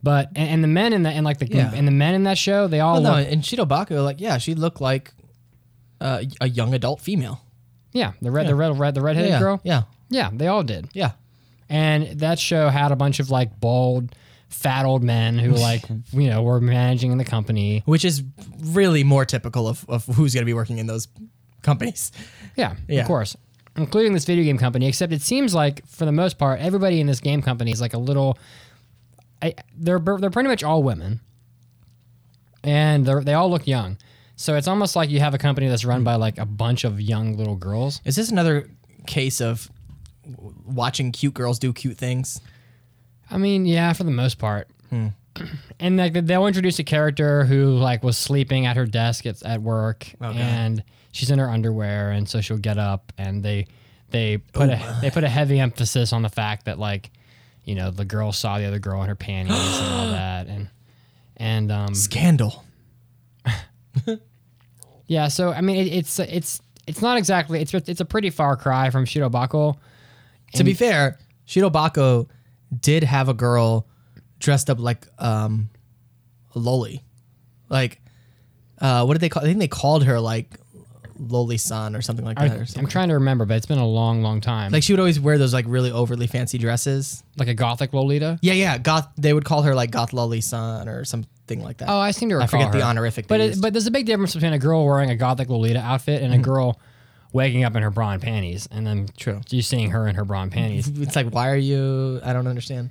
But and, and the men in the and like the Yeah. and the men in that show, they all Well, Oh, no, look- and Shidobako, like, yeah, she looked like uh, a young adult female. Yeah, the red, the red, red, the redheaded yeah, girl. Yeah, yeah, they all did. yeah. And that show had a bunch of like bald, fat old men who like you know were managing in the company. Which is really more typical of, of who's going to be working in those companies. Yeah, Yeah. of course, including this video game company. Except it seems like for the most part, everybody in this game company is like a little. I, they're they're pretty much all women, and they they all look young. So it's almost like you have a company that's run by like a bunch of young little girls. Is this another case of w- watching cute girls do cute things? I mean, yeah, for the most part. Hmm. And like they'll introduce a character who like was sleeping at her desk at, at work, and she's in her underwear, and so she'll get up, and they they put a they put a heavy emphasis on the fact that like you know the girl saw the other girl in her panties and all that, and and um Scandal. yeah, so I mean it, it's it's it's not exactly it's it's a pretty far cry from Shirobako. to be fair, Shirobako did have a girl dressed up like um, a loli. Like, uh, what did they call? I think they called her like loli san or something like I, that. Or something. I'm trying to remember, but it's been a long, long time. Like she would always wear those like really overly fancy dresses. like a gothic Lolita. Yeah, yeah. Goth. They would call her like Goth Loli San or something like that. Oh, I seem to recall. forget the her. honorific But they it, used. Mm-hmm. but there's a big difference between a girl wearing a gothic Lolita outfit and a girl waking up in her bra and panties, and then True. Mm-hmm. you seeing her in her bra and panties. It's like, why are you? I don't understand.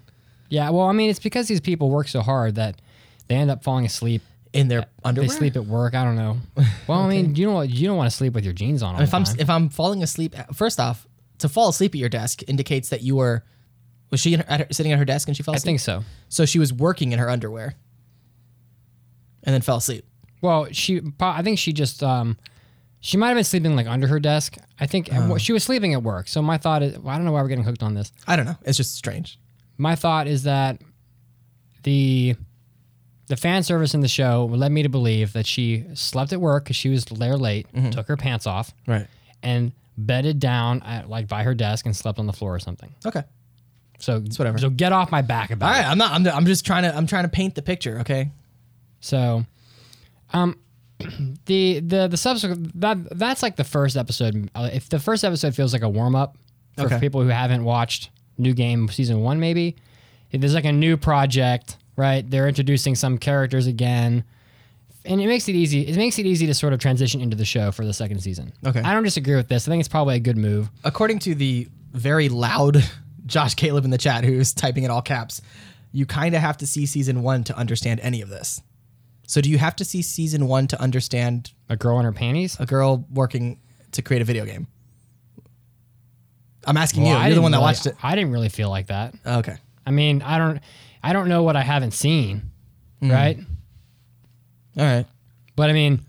yeah, well, I mean, it's because these people work so hard that they end up falling asleep. In their underwear. They sleep at work. I don't know. Well, I mean, you don't you don't want to sleep with your jeans on. All If the I'm time. if I'm falling asleep, at- first off, to fall asleep at your desk indicates that you were. Was she in her, at her, sitting at her desk and she fell I asleep? think so. so. She was working in her underwear. And then fell asleep. Well, she po- I think she just um. She might have been sleeping like under her desk. I think Uh. at wo- she was sleeping at work. So my thought is, well, I don't know why we're getting hooked on this. I don't know. It's just strange. my thought is that the the fan service in the show led me to believe that she slept at work because she was there late, took her pants off, Right. and bedded down at, like by her desk and slept on the floor or something. Okay. So whatever. So get off my back about All it. right. I'm not. I'm, I'm just trying to. I'm trying to paint the picture. Okay. So, um, the the the subsequent that that's like the first episode. Uh, If the first episode feels like a warm up for Okay. people who haven't watched New Game season one, maybe if there's like a new project, right? They're introducing some characters again, and it makes it easy. It makes it easy to sort of transition into the show for the second season. Okay. I don't disagree with this. I think it's probably a good move. according to the very loud Josh Caleb in the chat, who's typing in all caps, you kind of have to see season one to understand any of this. So, do you have to see season one to understand A girl in her panties. a girl working to create a video game? I'm asking Well, you. I You're the didn't one that really- watched it. Oh, I didn't really feel like that. Okay. I mean, I don't, I don't know what I haven't seen, Mm. right? All right. But I mean,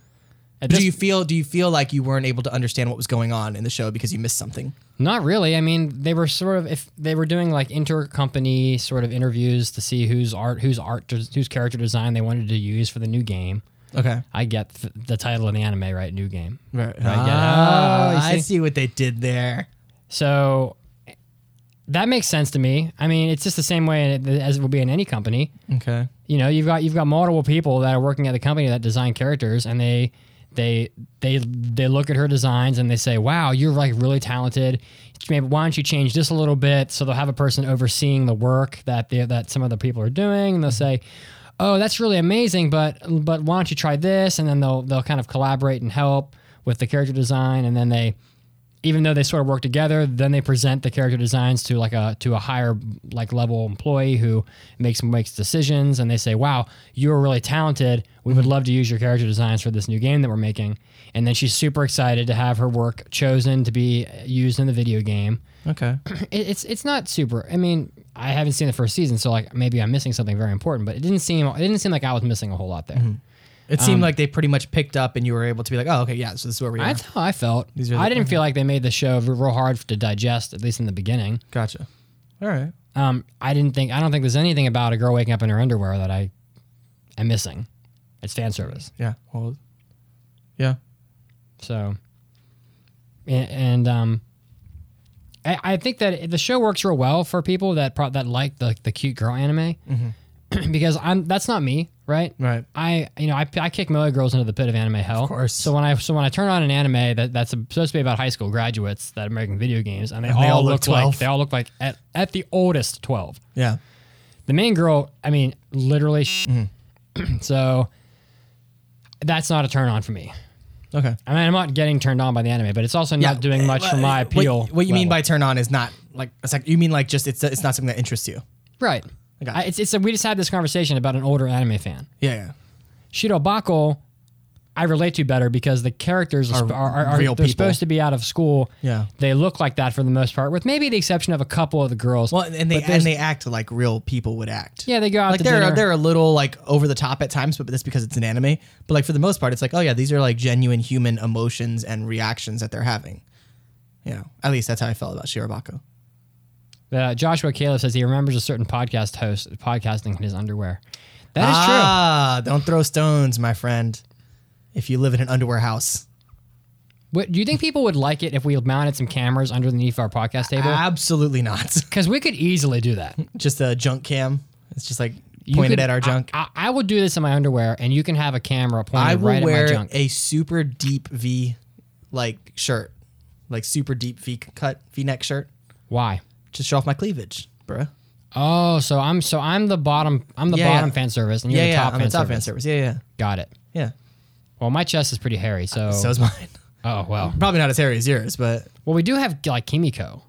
at Do this you feel do you feel like you weren't able to understand what was going on in the show because you missed something? Not really. I mean, they were sort of if they were doing like intercompany sort of interviews to see whose art, whose art, whose character design they wanted to use for the new game. Okay. I get th- the title of the anime right, new game. Right. I get it. Ah, Oh, you I see. see what they did there. So that makes sense to me. I mean, it's just the same way as it will be in any company. Okay. You know, you've got you've got multiple people that are working at the company that design characters, and they They they they look at her designs and they say, "Wow, you're like really talented. Maybe why don't you change this a little bit?" So they'll have a person overseeing the work that they, that some other people are doing, and they'll say. Oh, that's really amazing, but but why don't you try this? And then they'll they'll kind of collaborate and help with the character design, and then they even though they sort of work together, then they present the character designs to like a to a higher like level employee who makes makes decisions, and they say, "Wow, you're really talented. We Mm-hmm. would love to use your character designs for this new game that we're making." And then she's super excited to have her work chosen to be used in the video game. Okay. It, it's it's not super. I mean, I haven't seen the first season, so like maybe I'm missing something very important, but it didn't seem it didn't seem like I was missing a whole lot Mm-hmm. there. It seemed like they pretty much picked up, and you were able to be like, "Oh, okay, yeah, so this is where we are." That's how Um, I felt. These are the- I didn't feel like they made the show real hard to digest, at least in the beginning. gotcha. All right. Um, I didn't think I don't think there's anything about a girl waking up in her underwear that I am missing. It's fan service. Yeah. Well. Yeah. So, a- and um, I, I think that the show works real well for people that pro- that like the the cute girl anime because I'm that's not me, Mm-hmm. right? Right. I you know I, I kick moe girls into the pit of anime hell. Of course. So when I so when I turn on an anime that, that's supposed to be about high school graduates that are making video games and they, all, they all look look, 12. like they all look like at, at the oldest twelve. Yeah. The main girl, I mean, literally. sh Mm-hmm. so that's not a turn on for me. Okay. I mean, I'm not getting turned on by the anime, but it's also not doing much for my uh, What- appeal. What, you mean level. by turn on is not like it's like you mean like just it's it's not something that interests you. right? Okay. I, it's, it's we just had this conversation about an older anime fan. Yeah. yeah. Shido Bako, I relate to better because the characters are, are, are, are- real they're people. supposed to be out of school. Yeah. they look like that for the most part, with maybe the exception of a couple of the girls. Well, and they But there's- and they act like real people would act. yeah, they go out Like to they're dinner. they're a little like over the top at times, but that's because it's an anime. But like for the most part, it's like oh yeah, these are like genuine human emotions and reactions that they're having. You know, at least that's how I felt about Shirabako. Uh, Joshua Caleb says he remembers a certain podcast host podcasting in his underwear. That is true. ah, don't throw stones, my friend. If you live in an underwear house, What, do you think people would like it if we mounted some cameras underneath our podcast table? absolutely not. Because we could easily do that. just a junk cam. It's just like You pointed could- at our I- junk. I, I will do this in my underwear, and you can have a camera pointed I will right at my wear junk. a super deep V, like shirt, like super deep V cut V neck shirt, Why? to show off my cleavage, bruh. Oh, so I'm so I'm the bottom I'm the Yeah, bottom yeah. fan service, and you're yeah, the yeah, top I'm fan the top service. fan service. Yeah, yeah, Got it. yeah. Well, my chest is pretty hairy, so, So is mine. oh well. Probably not as hairy as yours, but Well, we do have like Kimiko.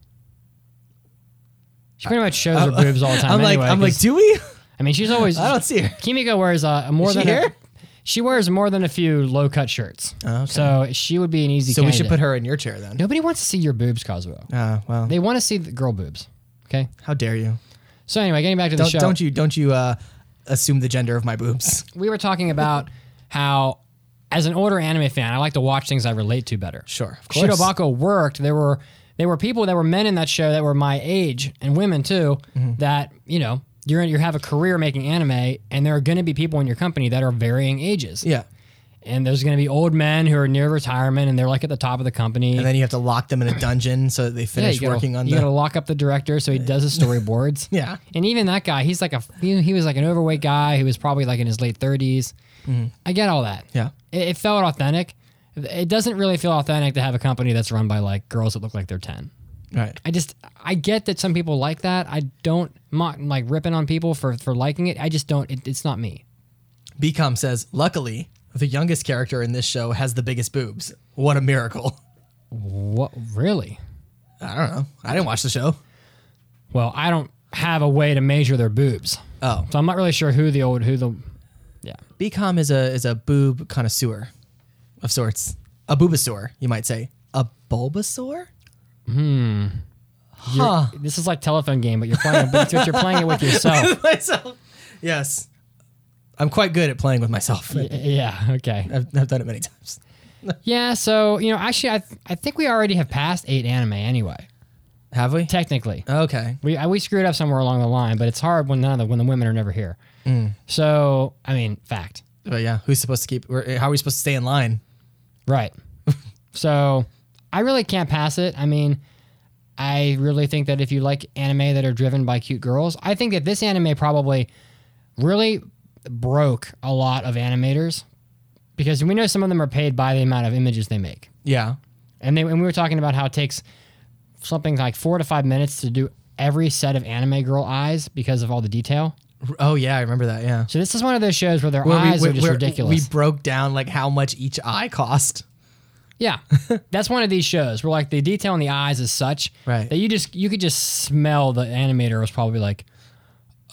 She pretty much shows her boobs all the time. I'm like, anyway, I'm like, 'cause- do we? I mean, she's always. I don't see her. Kimiko wears uh, more Is she than A, here? she wears more than a few low cut shirts. Oh, So she would be an easy. So we should candidate. put her in your chair then. Nobody wants to see your boobs, Cosmo. Uh, well, They want to see the girl boobs. Okay. how dare you? So anyway, getting back to the Don't show, don't you don't you uh, assume the gender of my boobs? we were talking about how, as an older anime fan, I like to watch things I relate to better. Sure, of course. Shirobako worked. There were there were people that were men in that show that were my age and women too. Mm-hmm. That you know you're you have a career making anime, and there are going to be people in your company that are varying ages. Yeah. and there's going to be old men who are near retirement and they're like at the top of the company. And then you have to lock them in a dungeon so that they Yeah, finish you gotta- working on you got to the. lock up the director so he does his storyboards. Yeah. and even that guy, he's like a he, he was like an overweight guy who was probably like in his late 30s. I get all that. Mm-hmm. Yeah. it, it felt authentic. It doesn't really feel authentic to have a company that's run by like girls that look like they're 10. Right. I just I get that some people like that. I don't I'm not like ripping on people for for liking it. I just don't. It, it's not me. Becom says, luckily, the youngest character in this show has the biggest boobs. What a miracle. What really? I don't know. I didn't watch the show. Well, I don't have a way to measure their boobs. Oh. So I'm not really sure who the old who the yeah. Becom is a is a boob connoisseur of sorts. A boobosaur, you might say. A Bulbasaur? Hmm. Huh. This is like telephone game, but you're playing but you're playing it with yourself. myself. Yes. I'm quite good at playing with myself. Yeah, okay. I've, I've done it many times. Yeah, so, you know, actually I th- I think we already have passed 8 anime anyway, Have we? technically. Okay. We I, we screwed up somewhere along the line, but it's hard when none of the when the women are never here. So, I mean, fact. But yeah, who's supposed to keep? we're- How are we supposed to stay in line? Right. so I really can't pass it. I mean, I really think that if you like anime that are driven by cute girls, I think that this anime probably really broke a lot of animators because we know some of them are paid by the amount of images they make. Yeah. And they and we were talking about how it takes something like four to five minutes to do every set of anime girl eyes because of all the detail. R- Oh yeah, I remember that. Yeah. So this is one of those shows where their eyes are just where ridiculous. We broke down like how much each eye cost. yeah, that's one of these shows where like the detail in the eyes is such Right. that you just you could just smell the animator was probably like,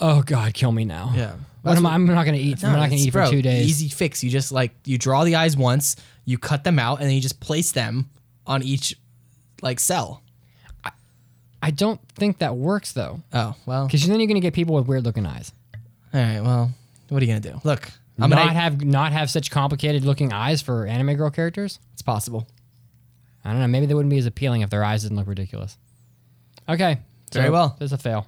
oh god, kill me now. Yeah. What am I, I'm not gonna eat. I'm not gonna it's- eat for bro, two days. Easy fix. You just like you draw the eyes once, you cut them out, and then you just place them on each like cell. I don't think that works though, Oh well. because then you're gonna get people with weird looking eyes. All right. Well, what are you gonna do? Look, I'm not gonna. have not have such complicated looking eyes for anime girl characters. it's possible. I don't know. Maybe they wouldn't be as appealing if their eyes didn't look ridiculous. Okay. Very well. There's a fail.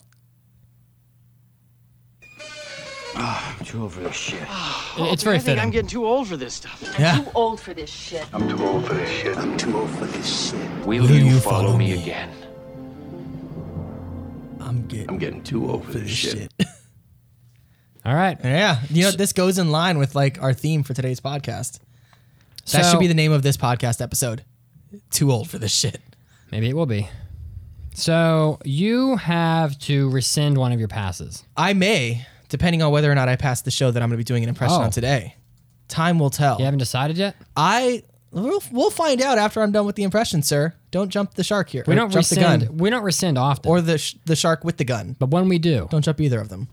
Ah, I'm too old for this shit. It- it's very I think fitting. I'm getting too old for this stuff. Yeah. Old for this shit. I'm too old for this shit. I'm too old for this shit. Will, you, follow, me, again? I'm good. I'm getting too old for this, shit. All right. Yeah. You know this goes in line with like our theme for today's podcast. That So- should be the name of this podcast episode. Too old for this shit. Maybe it will be. So you have to rescind one of your passes. I may, depending on whether or not I pass the show that I'm going to be doing an impression Oh. on today. Time will tell. You haven't decided yet. I we'll, we'll find out after I'm done with the impression, sir. Don't jump the shark here. We or don't jump the rescind. gun We don't rescind often. or the sh- the shark with the gun. but when we do, Don't jump either of them.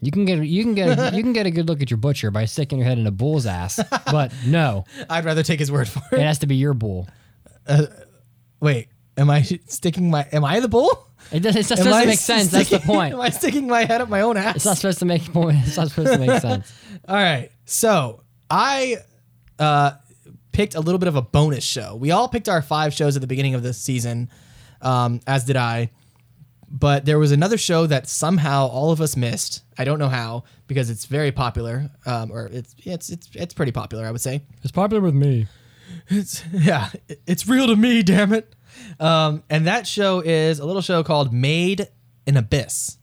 you can get you can get you can get a good look at your butcher by sticking your head in a bull's ass. But no, I'd rather take his word for it it. has to be your bull. Wait, am I sticking my? Am I the bull? It, does, it just Am I doesn't make sense. That's the sticking- point. Am I sticking my head up my own ass? It's not supposed to make point. It's not supposed to make sense. All right. So I uh, picked a little bit of a bonus show. We all picked our five shows at the beginning of this season, um, as did I. But there was another show that somehow all of us missed. I don't know how because it's very popular, um, or it's it's it's it's pretty popular, I would say. It's popular with me. It's yeah, it- it's real to me, damn it. Um, and that show is a little show called Made in Abyss.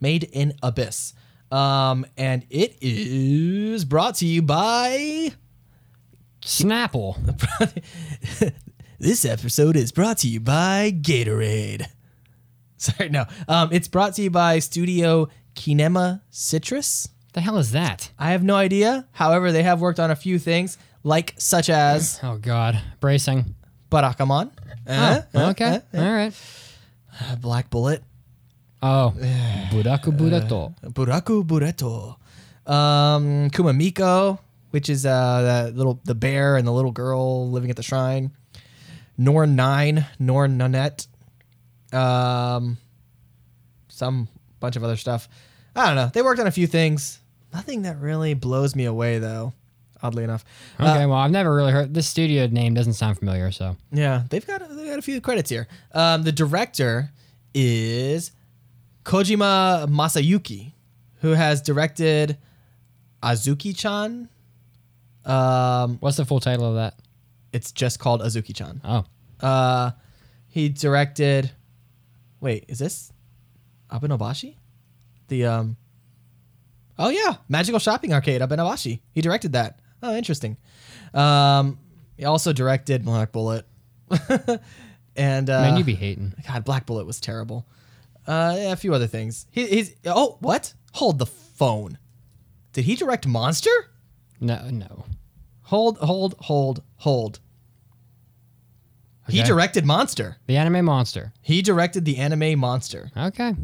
Made in Abyss. Um, and it is brought to you by Snapple. this episode is brought to you by Gatorade. Sorry, no. Um, it's brought to you by Studio Kinema Citrus. The hell is that? I have no idea. However, they have worked on a few things, like such as Oh God, bracing. Barakamon, uh, Okay, all right. Black Bullet, Oh, buraku burato. Buraku Bureto. Um, Kumamiko, which is uh, the little the bear and the little girl living at the shrine. Norn Nine, Norn Nanette. Um, some bunch of other stuff. I don't know. They worked on a few things. Nothing that really blows me away, though. Oddly enough, Uh, Okay, well, I've never really heard this studio name. Doesn't sound familiar, so yeah, they've got they got a few credits here. Um, the director is Kojima Masayuki, who has directed Azuki-chan. Um, what's the full title of that? it's just called Azuki-chan. Oh, Uh, he directed. Wait, is this Abenobashi? The um. Oh yeah, Magical Shopping Arcade Abenobashi. He directed that. Oh, interesting. Um, he also directed Black Bullet. and uh, man, you be hating. God, Black Bullet was terrible. Uh, yeah, a few other things. He, he's oh what? Hold the phone. Did he direct Monster? No, no. Hold, hold, hold, hold. He Okay. directed Monster. The anime monster. He directed the anime Monster. Okay.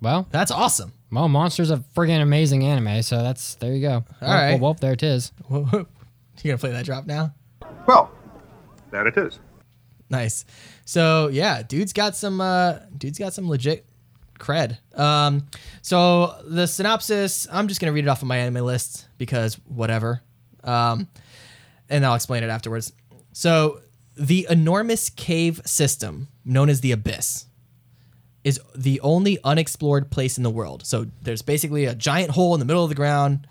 Well, That's awesome. well, monster's a friggin' amazing anime. So that's there you go. All right. well, right. Well, well, there it is. you gonna play that drop now? Well, there it is. Nice. So yeah, dude's got some uh dude's got some legit cred. Um so the synopsis, I'm just gonna read it off of my anime list because whatever. Um and I'll explain it afterwards. So the enormous cave system, known as the abyss, is the only unexplored place in the world. So there's basically a giant hole in the middle of the ground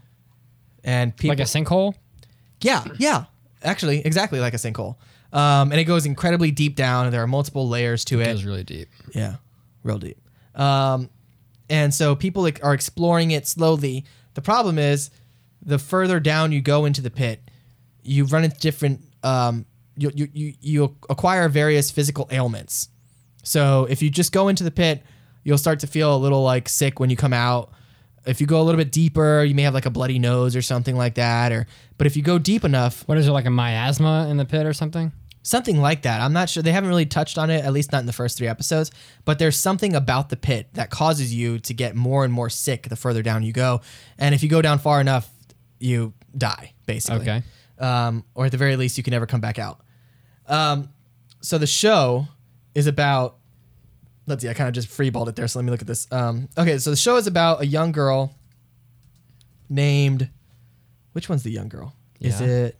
and people Like a sinkhole. yeah, yeah. Actually, exactly like a sinkhole. Um, and it goes incredibly deep down, and there are multiple layers to it. It was really deep. Yeah, real deep. Um, and so people like, are exploring it slowly. The problem is the further down you go into the pit, you run into different. Um, you, you you you acquire various physical ailments. So if you just go into the pit, you'll start to feel a little like sick when you come out. If you go a little bit deeper, you may have like a bloody nose or something like that. Or but if you go deep enough, What is it like a miasma in the pit or something? something like that. I'm not sure. They haven't really touched on it, at least not in the first three episodes. But there's something about the pit that causes you to get more and more sick the further down you go. And if you go down far enough, you die, basically. Okay. Um, or at the very least, you can never come back out. Um, so the show is about. Let's see, I kind of just freeballed it there, so let me look at this. Um, okay, so the show is about a young girl named. Which one's the young girl? Is Yeah. it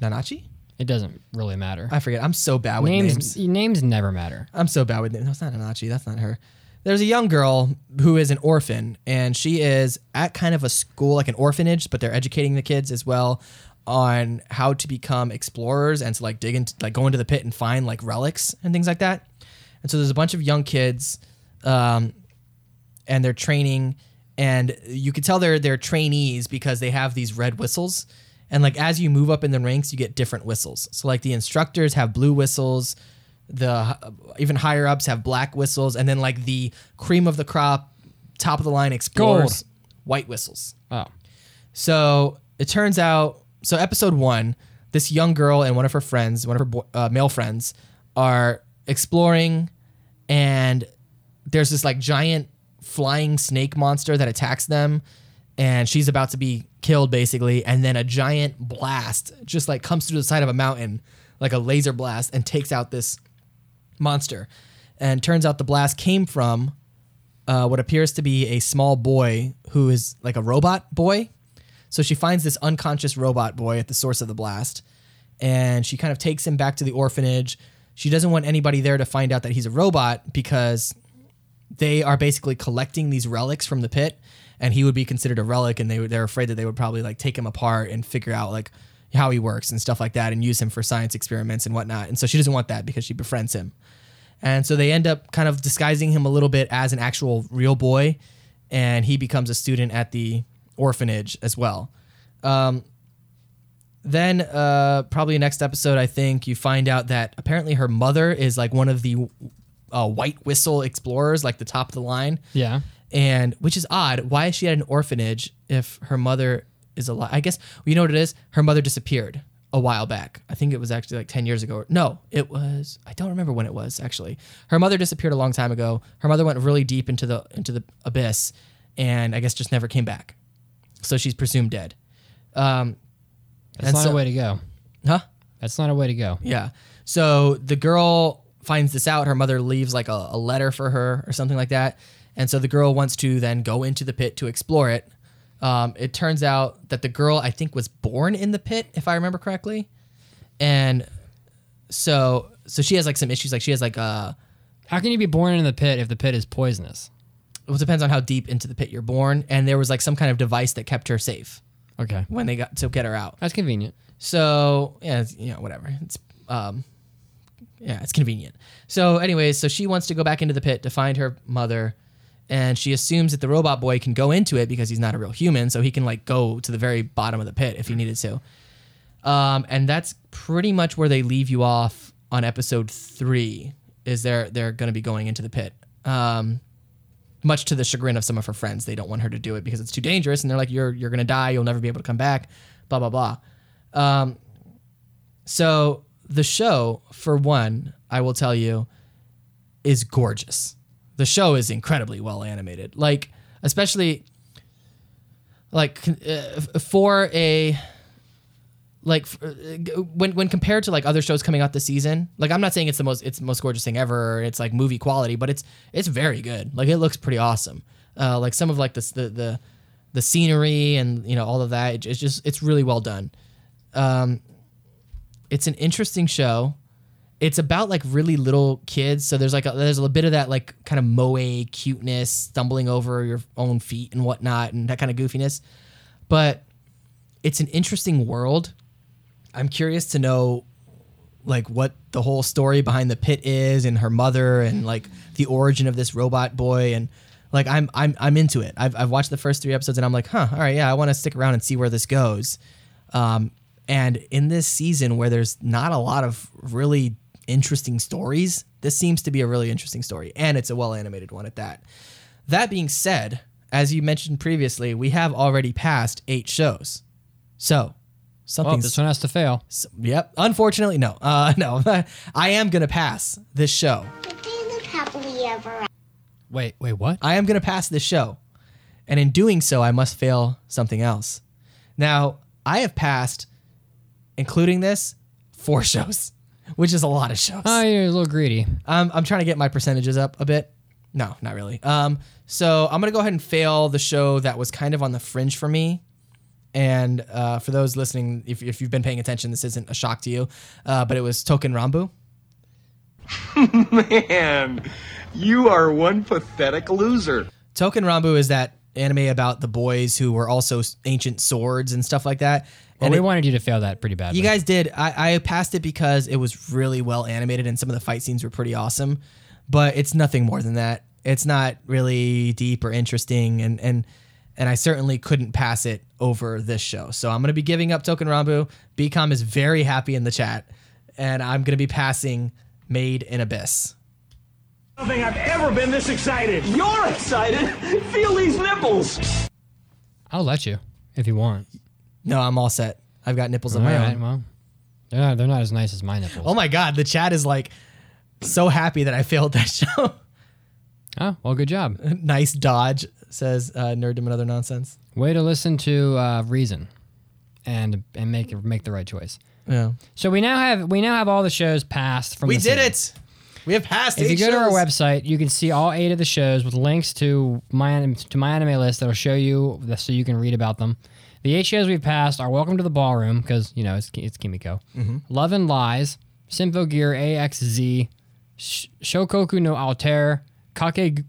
Nanachi? It doesn't really matter. I forget. I'm so bad with names. Names, names never matter. I'm so bad with names. No, it's not Anachi. That's not her. There's a young girl who is an orphan, and she is at kind of a school, like an orphanage, but they're educating the kids as well on how to become explorers and to like dig into, like go into the pit and find like relics and things like that. And so there's a bunch of young kids, um, and they're training, and you could tell they're they're trainees because they have these red whistles, and like as you move up in the ranks, you get different whistles. So like the instructors have blue whistles, the uh, even higher ups have black whistles, and then like the cream of the crop, top of the line explorers, Gold. white whistles. Oh. So it turns out, so episode one, this young girl and one of her friends, one of her bo- uh, male friends, are exploring, and there's this like giant flying snake monster that attacks them, and she's about to be killed basically. And then a giant blast just like comes through the side of a mountain, like a laser blast, and takes out this monster. And turns out the blast came from uh, what appears to be a small boy who is like a robot boy. So she finds this unconscious robot boy at the source of the blast, and she kind of takes him back to the orphanage. She doesn't want anybody there to find out that he's a robot because they are basically collecting these relics from the pit, and he would be considered a relic, and they would- they're afraid that they would probably like take him apart and figure out like how he works and stuff like that, and use him for science experiments and whatnot. And so she doesn't want that because she befriends him. And so they end up kind of disguising him a little bit as an actual real boy, and he becomes a student at the orphanage as well. Um, then, uh, probably next episode, I think you find out that apparently her mother is like one of the uh, white whistle explorers, like the top of the line. Yeah. And which is odd. Why is she at an orphanage if her mother is alive? I guess you know what it is. Her mother disappeared a while back. I think it was actually like ten years ago. No, it was. I don't remember when it was actually. Her mother disappeared a long time ago. Her mother went really deep into the into the abyss, and I guess just never came back. So she's presumed dead. Um, That's And not so- a way to go. huh? That's not a way to go. Yeah. So the girl finds this out. Her mother leaves like a, a letter for her or something like that. And so the girl wants to then go into the pit to explore it. Um, it turns out that the girl, I think, was born in the pit, if I remember correctly. And so, so she has like some issues. Like she has like uh, How can you be born in the pit if the pit is poisonous? well, it depends on how deep into the pit you're born. And there was like some kind of device that kept her safe Okay. when they got to get her out. That's convenient. So yeah, it's, you know, whatever. It's um, yeah, it's convenient. So anyways, so she wants to go back into the pit to find her mother, and she assumes that the robot boy can go into it because he's not a real human, so he can like go to the very bottom of the pit if he needed to. Um, and that's pretty much where they leave you off on episode three. Is they're they're going to be going into the pit. Um, much to the chagrin of some of her friends, they don't want her to do it because it's too dangerous, and they're like, "You're you're going to die. You'll never be able to come back." Blah blah blah. Um, so the show, for one, I will tell you, is gorgeous. The show is incredibly well animated. Like, especially like uh, for a like f- uh, g- when when compared to like other shows coming out this season. Like, I'm not saying it's the most it's the most gorgeous thing ever. Or it's like movie quality, but it's it's very good. Like, it looks pretty awesome. Uh, like some of like this the the the scenery and you know all of that. It's just it's really well done it's an interesting show. It's about like really little kids, so there's like a, there's a little bit of that like kind of moe cuteness, stumbling over your own feet and whatnot, and that kind of goofiness. But it's an interesting world. I'm curious to know like what the whole story behind the pit is, and her mother, and like the origin of this robot boy, and Like I'm I'm I'm into it. I've I've watched the first three episodes and I'm like, huh, all right, yeah, I want to stick around and see where this goes. Um, and in this season where there's not a lot of really interesting stories, this seems to be a really interesting story, and it's a well animated one at that. That being said, as you mentioned previously, we have already passed eight shows, so Oh, something's this one has to fail. so- yep. Unfortunately, no. Uh, no. I am gonna pass this show. Wait, wait, what? I am gonna pass this show, and in doing so, I must fail something else. Now, I have passed, including this, four shows, which is a lot of shows. Oh, you're a little greedy. Um, I'm trying to get my percentages up a bit. No, not really. Um, so I'm gonna go ahead and fail the show that was kind of on the fringe for me. And uh, for those listening, if, if you've been paying attention, this isn't a shock to you, uh, but it was Token Rambu. Man, you are one pathetic loser. Token Rambu is that anime about the boys who were also s- ancient swords and stuff like that. Well, And Oh, we it- wanted you to fail that pretty badly. you guys did. I, I passed it because it was really well animated and some of the fight scenes were pretty awesome, but it's nothing more than that. It's not really deep or interesting, and and and I certainly couldn't pass it over this show. So I'm gonna be giving up Token Rambu. BCom is very happy in the chat, and I'm gonna be passing Made in Abyss. I don't think I've ever been this excited. You're excited? Feel these nipples. I'll let you if you want. No, I'm all set. I've got nipples of All my right, own. well, they're not, they're not as nice as my nipples. Oh my god, the chat is like so happy that I failed that show. Oh, well, good job. nice dodge, says uh, Nerddom and Other Nonsense. Way to listen to uh, reason, and and make make the right choice. Yeah. So we now have we now have all the shows passed from. We the did season. it. We have passed. If you eight go to our shows. website, you can see all eight of the shows with links to my anim- to my anime list that'll show you the- so you can read about them. The eight shows we've passed are Welcome to the Ballroom because you know it's it's Kimiko, Love and Lies, Sinfo Gear AXZ, Sh- Shokoku no Alter, Kake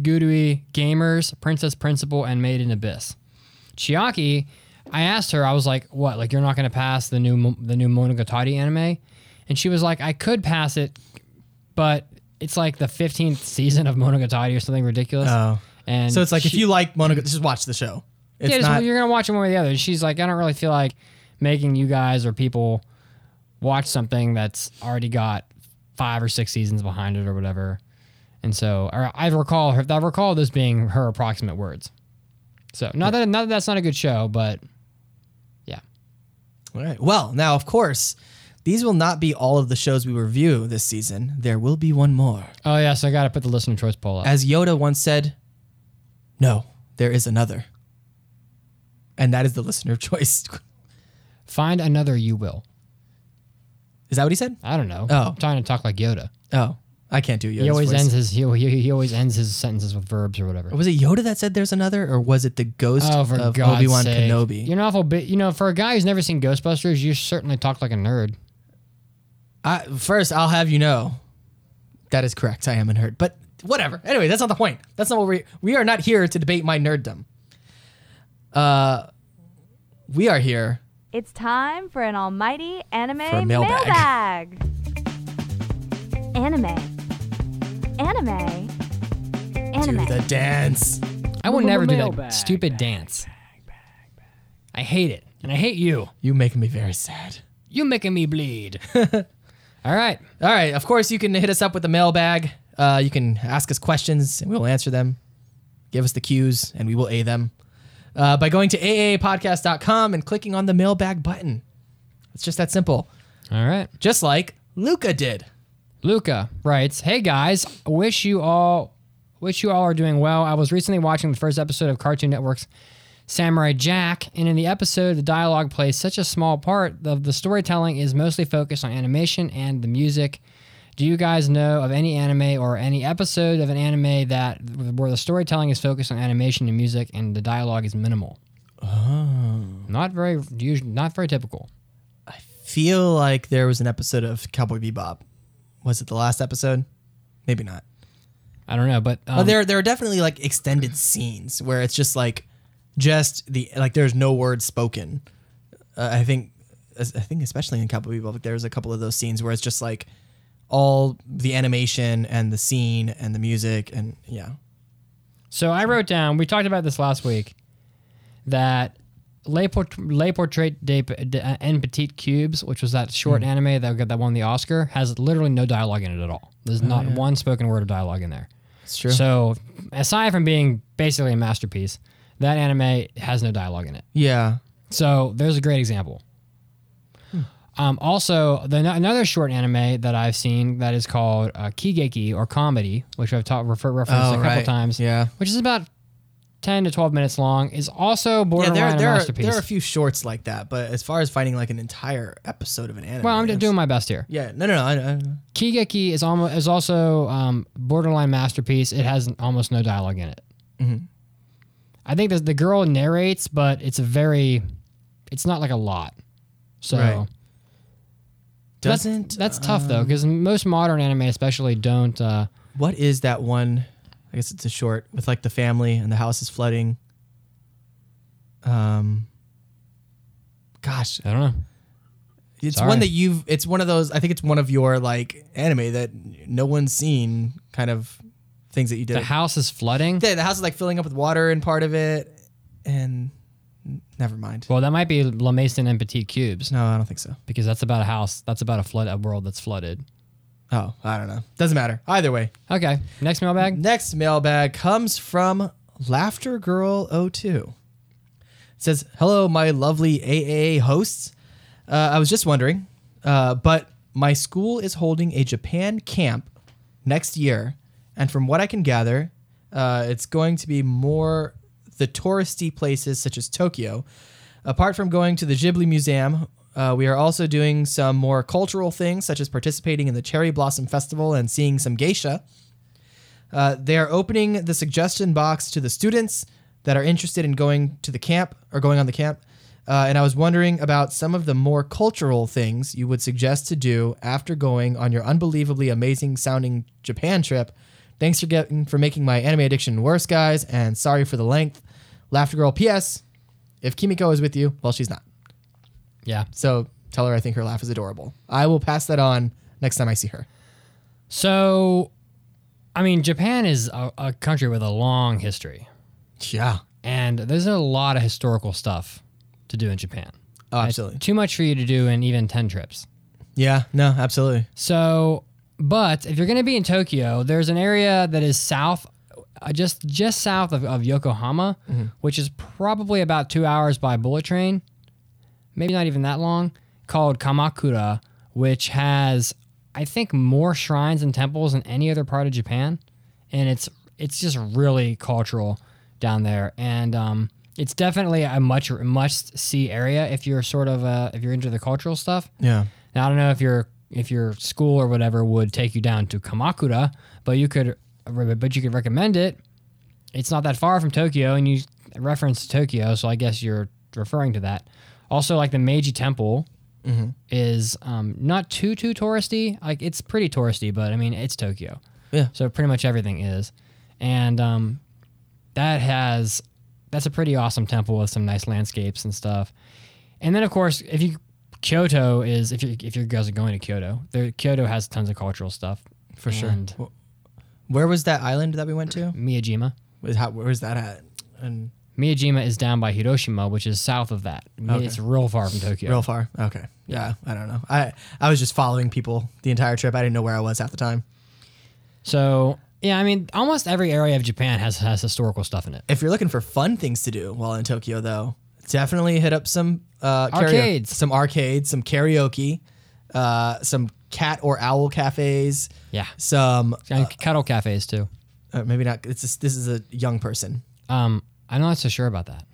Gurui, Gamers, Princess Principal, and Made in Abyss. Chiaki, I asked her, I was like, "What? Like you're not going to pass the new Mo- the new Monogatari anime?" And she was like, "I could pass it but it's like the 15th season of Monogatari or something ridiculous. Oh. And So it's like if she- you like Monogatari, just watch the show. It's yeah, just- not. you're gonna watch it one way or the other. And she's like, I don't really feel like making you guys or people watch something that's already got five or six seasons behind it or whatever. And so, or I recall her. I recall this being her approximate words. So not that not that that's not a good show, but yeah, All right. Well, now of course, these will not be all of the shows we review this season. There will be one more. oh yeah. So I gotta put the listener choice poll up. As Yoda once said, "No, there is another," and that is the listener choice. Find another, you will. Is that what he said? I don't know. Oh. I'm trying to talk like Yoda. Oh, I can't do Yoda's he always voice. ends his he, he, he always ends his sentences with verbs or whatever. Was it Yoda that said there's another, or was it the ghost Oh, for of God's Obi Wan sake! Kenobi? You're an awful bit. You know, for a guy who's never seen Ghostbusters, you certainly talk like a nerd. I, first, I'll have you know that is correct. I am a nerd, but whatever. Anyway, that's not the point. That's not what we we are not here to debate my nerddom. Uh, we are here. It's time for an almighty anime For a mailbag. mailbag. Anime. Anime. Anime. Do the dance. I will never do that Mailbag. stupid dance. I hate it, and I hate you. You making me very sad. You making me bleed. All right, All right. Of course, you can hit us up with the mailbag. Uh, you can ask us questions, and we will answer them. Give us the cues, and we will a them uh, by going to aapodcast.com and clicking on the mailbag button. It's just that simple. all right. Just like Luca did. Luca writes, "Hey guys, wish you all wish you all are doing well. I was recently watching the first episode of Cartoon Network's Samurai Jack, and in the episode, the dialogue plays such a small part. The, the storytelling is mostly focused on animation and the music. Do you guys know of any anime or any episode of an anime that where the storytelling is focused on animation and music, and the dialogue is minimal? Oh, not very usual, not very typical. feel like there was an episode of Cowboy Bebop. Was it the last episode? Maybe not. I don't know, but um, But there, there are definitely like extended scenes where it's just like, just the like. There's no word spoken. Uh, I think, as- I think especially in Cowboy Bebop, like, there's a couple of those scenes where it's just like all the animation and the scene and the music and yeah. So I wrote down. We talked about this last week. That Les, Port- Les Portraits de, de, en Petite Cubes, which was that short Hmm. anime that got that won the Oscar, has literally no dialogue in it at all. There's not one spoken word of dialogue in there. It's Oh, true. So aside from being basically a masterpiece, that anime has no dialogue in it. yeah. So there's a great example. Hmm. Um, also, the, another short anime that I've seen that is called uh, Kigeki or comedy, which I've taught refer, referenced Oh, a couple right. times. Yeah. which is about ten to twelve minutes long. Is also Yeah, borderline there, a there, are, masterpiece. there are a few shorts like that, but as far as finding like an entire episode of an anime, well, I'm it's- just doing my best here. Yeah, no, no, no. I, I, Kigeki is almost is also um, borderline masterpiece. It has almost no dialogue in it. Mhm. I think the the girl narrates, but it's a very, it's not like a lot. So Right. that's- Doesn't, that's, tough though because most modern anime especially don't. Uh, what is that one? I guess it's a short with like the family and the house is flooding. Um, gosh, I don't know. it's Sorry. one that you've. It's one of those. I think it's one of your like anime that no one's seen kind of things that you did. The house is flooding. the, the house is like filling up with water in part of it, and never mind. well, that might be La Maison and Petite Cubes No, I don't think so. because that's about a house. That's about a flood a world that's flooded. Oh, I don't know. Doesn't matter. Either way. Okay, next mailbag. Next mailbag comes from Laughter Girl 02. It says, "Hello, my lovely AAA hosts. Uh, I was just wondering, uh, but my school is holding a Japan camp next year, and from what I can gather, uh, it's going to be more the touristy places such as Tokyo. Apart from going to the Ghibli Museum." Uh, we are also doing some more cultural things, such as participating in the Cherry Blossom Festival and seeing some geisha. Uh, they are opening the suggestion box to the students that are interested in going to the camp or going on the camp. Uh, and I was wondering about some of the more cultural things you would suggest to do after going on your unbelievably amazing sounding Japan trip. Thanks for getting for making my anime addiction worse, guys, and sorry for the length. Laughter Girl. P.S. If Kimiko is with you, well, she's not. Yeah. So tell her I think her laugh is adorable. I will pass that on next time I see her. So, I mean, Japan is a, a country with a long history, Yeah. and there's a lot of historical stuff to do in Japan. Oh, absolutely. Too much for you to do in even 10 trips. Yeah. No, absolutely. So, but if you're going to be in Tokyo, there's an area that is south, uh, just just south of, of Yokohama, which is probably about two hours by bullet train, maybe not even that long, called Kamakura, which has, I think, more shrines and temples than any other part of Japan, and it's it's just really cultural down there, and um, it's definitely a much must see area if you're sort of uh, if you're into the cultural stuff. Yeah. Now I don't know if your if your school or whatever would take you down to Kamakura, but you could but you could recommend it. It's not that far from Tokyo, and you referenced Tokyo, so I guess you're referring to that. Also, like the Meiji Temple is um, not too too touristy. Like it's pretty touristy, but I mean it's Tokyo. Yeah. So pretty much everything is, and um, that has that's a pretty awesome temple with some nice landscapes and stuff. And then of course, if you Kyoto is if you if you guys are going to Kyoto, there Kyoto has tons of cultural stuff For sure. And Where was that island that we went to? Miyajima. Was how, where was that at? And Miyajima is down by Hiroshima, which is south of that. Mi- Okay. It's real far from Tokyo. real far. Okay. Yeah, I don't know. I I was just following people the entire trip. I didn't know where I was half the time. So yeah, I mean, almost every area of Japan has has historical stuff in it. If you're looking for fun things to do while in Tokyo, though, definitely hit up some uh, karaoke- Arcades. some arcades, some karaoke, uh, some cat or owl cafes. Yeah, Some and kettle cafes too. uh, maybe not. It's just, this is a young person. Um, I'm not so sure about that.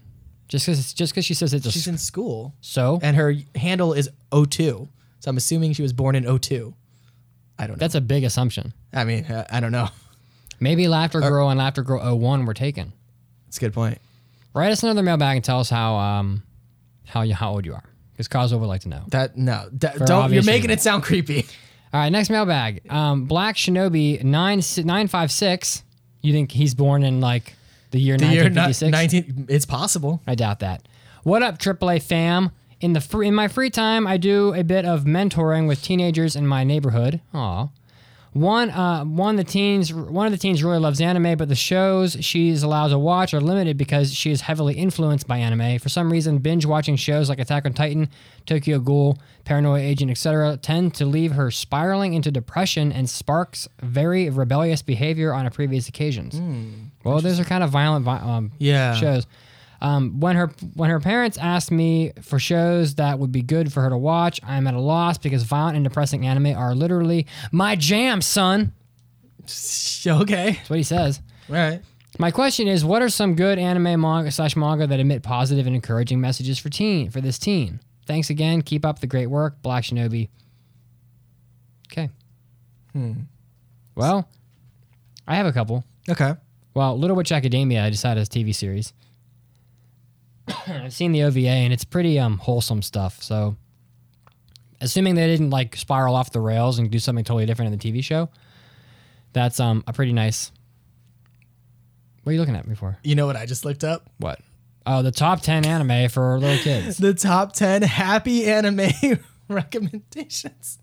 Just because just because she says it's a She's s- in school, so and her handle is O2. So I'm assuming she was born in O2. I don't know. that's a big assumption. I mean, uh, I don't know. Maybe Uh, Laughter Girl and Laughter Girl 01 were taken. It's a good point. Write us another mailbag and tell us how um how you how old you are because Cosmo would like to know. That no, that, For don't. You're obvious making it reasons. sound creepy. All right, next mailbag. Um, Black Shinobi nine nine five six. You think he's born in like the year The year nineteen ni- fifty six? 19 It's possible. I doubt that. What up, AAA fam? In the free, in my free time, I do a bit of mentoring with teenagers in my neighborhood. Aw. One, uh, one of the teens, one of the teens really loves anime, but the shows she's allowed to watch are limited because she is heavily influenced by anime. For some reason, binge watching shows like Attack on Titan, Tokyo Ghoul, Paranoia Agent, etc., tend to leave her spiraling into depression and sparks very rebellious behavior on a previous occasions. well, those are kind of violent, vi- um, Yeah. shows. Um, when her when her parents asked me for shows that would be good for her to watch, I'm at a loss because violent and depressing anime are literally my jam, son. Okay. That's what he says. All right. My question is, what are some good anime manga slash manga that emit positive and encouraging messages for teen for this teen? Thanks again. Keep up the great work, Black Shinobi. Okay. Hmm. Well, I have a couple. Okay. Well, Little Witch Academia, I decided is TV series. I've seen the OVA and it's pretty um wholesome stuff. So, assuming they didn't like spiral off the rails and do something totally different in the TV show, that's um a pretty nice. What are you looking at me for? You know what I just looked up? What? Oh, the top ten anime for little kids. The top 10 happy anime recommendations.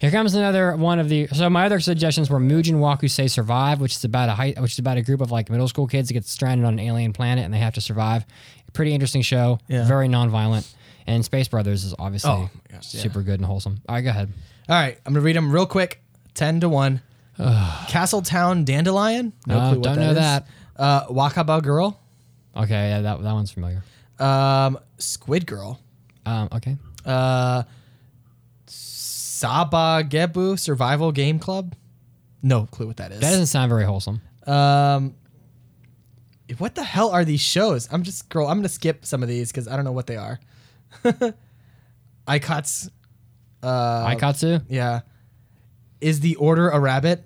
Here comes another one of the. So my other suggestions were Mugen Waku Say Survive, which is about a high, which is about a group of like middle school kids that get stranded on an alien planet and they have to survive. Pretty interesting show. Yeah. Very nonviolent. And Space Brothers is obviously Oh, my gosh, yeah. super good and wholesome. All right, go ahead. All right, I'm gonna read them real quick. Ten to one. Castletown Dandelion. No, Oh, don't know that. Uh, Wakaba Girl. Okay, yeah, that that one's familiar. Um, Squid Girl. Um, okay. Uh, Saba Gebu Survival Game Club. No clue what that is. That doesn't sound very wholesome. um, what the hell are these shows? I'm just scroll. I'm gonna skip some of these because I don't know what they are. Icats. Uh, Aikatsu. yeah. Is the Order a rabbit?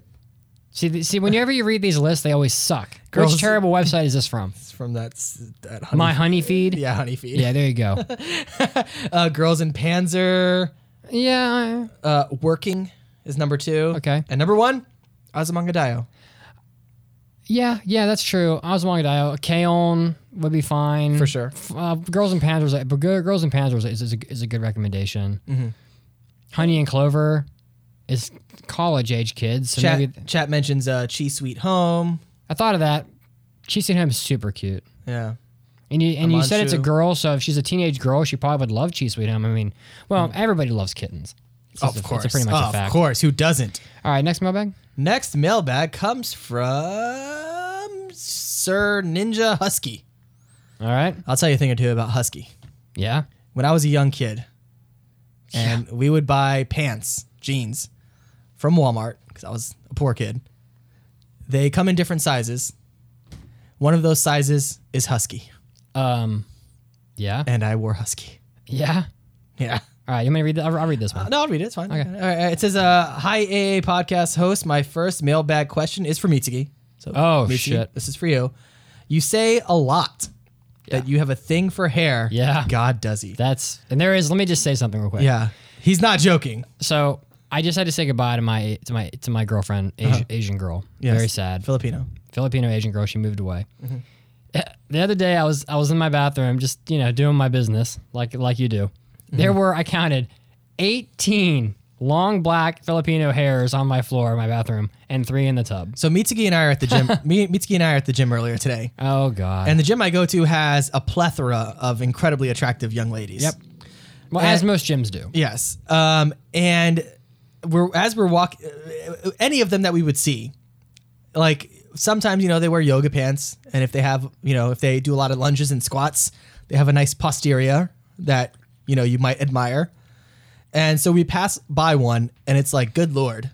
See, th- see, whenever you read these lists, they always suck. Girls- Which terrible website is this from? It's from that s- that honey. My Honey Feed. yeah, honey feed. Yeah, there you go. Uh, Girls in Panzer. yeah. Uh, Working is number two. Okay. And number one, Azumanga Daioh. Yeah, yeah, that's true. I was wanting to Kaon would be fine For sure. F- Uh, Girls and Panthers, but Gir- Girls and Panthers is, is, a, is a good recommendation. Mm-hmm. Honey and Clover is college age kids, so Chat, maybe chat mentions uh, Chi Sweet Home. I thought of that. She's seen him is super cute, Yeah. and you and you said it's a Amanchu. girl, so if she's a teenage girl, she probably would love Cheese Sweet Home. I mean, well, everybody loves kittens. It's just a- it's a pretty much a Mm. of fact. course. Who doesn't? All right, next mailbag. Next mailbag comes from Sir Ninja Husky. All right, I'll tell you a thing or two about Husky. yeah, when I was a young kid, and we would buy pants, jeans from Walmart because I was a poor kid. They come in different sizes. One of those sizes is husky, um, yeah, and I wore husky. yeah. Yeah. All right, you want me to read? The, I'll, I'll read this one. No, I'll read it. It's fine. Okay. All right. It says, uh, "Hi, AA podcast host. My first mailbag question is for Mitsugi. So, Oh, Mitsugi, shit. this is for you. You say a lot that you have a thing for hair. Yeah. God does he. That's and there is. Let me just say something real quick. yeah, he's not joking. So I just had to say goodbye to my to my to my girlfriend, Asian, Asian girl. Uh-huh. Yes. Mm-hmm. Very sad. Filipino. Filipino Asian girl. She moved away. The other day, I was I was in my bathroom, just you know, doing my business like like you do. Mm-hmm. There were I counted eighteen long black Filipino hairs on my floor in my bathroom, and three in the tub. So Mitsuki and I are at the gym. me, Mitsuki and I are at the gym earlier today, Oh God. and the gym I go to has a plethora of incredibly attractive young ladies. Yep. well, as and- most gyms do. Yes. Um, and we're as we're walking, any of them that we would see, like sometimes you know they wear yoga pants, and if they have you know if they do a lot of lunges and squats, they have a nice posterior that you know you might admire. And so we pass by one, and it's like, good lord,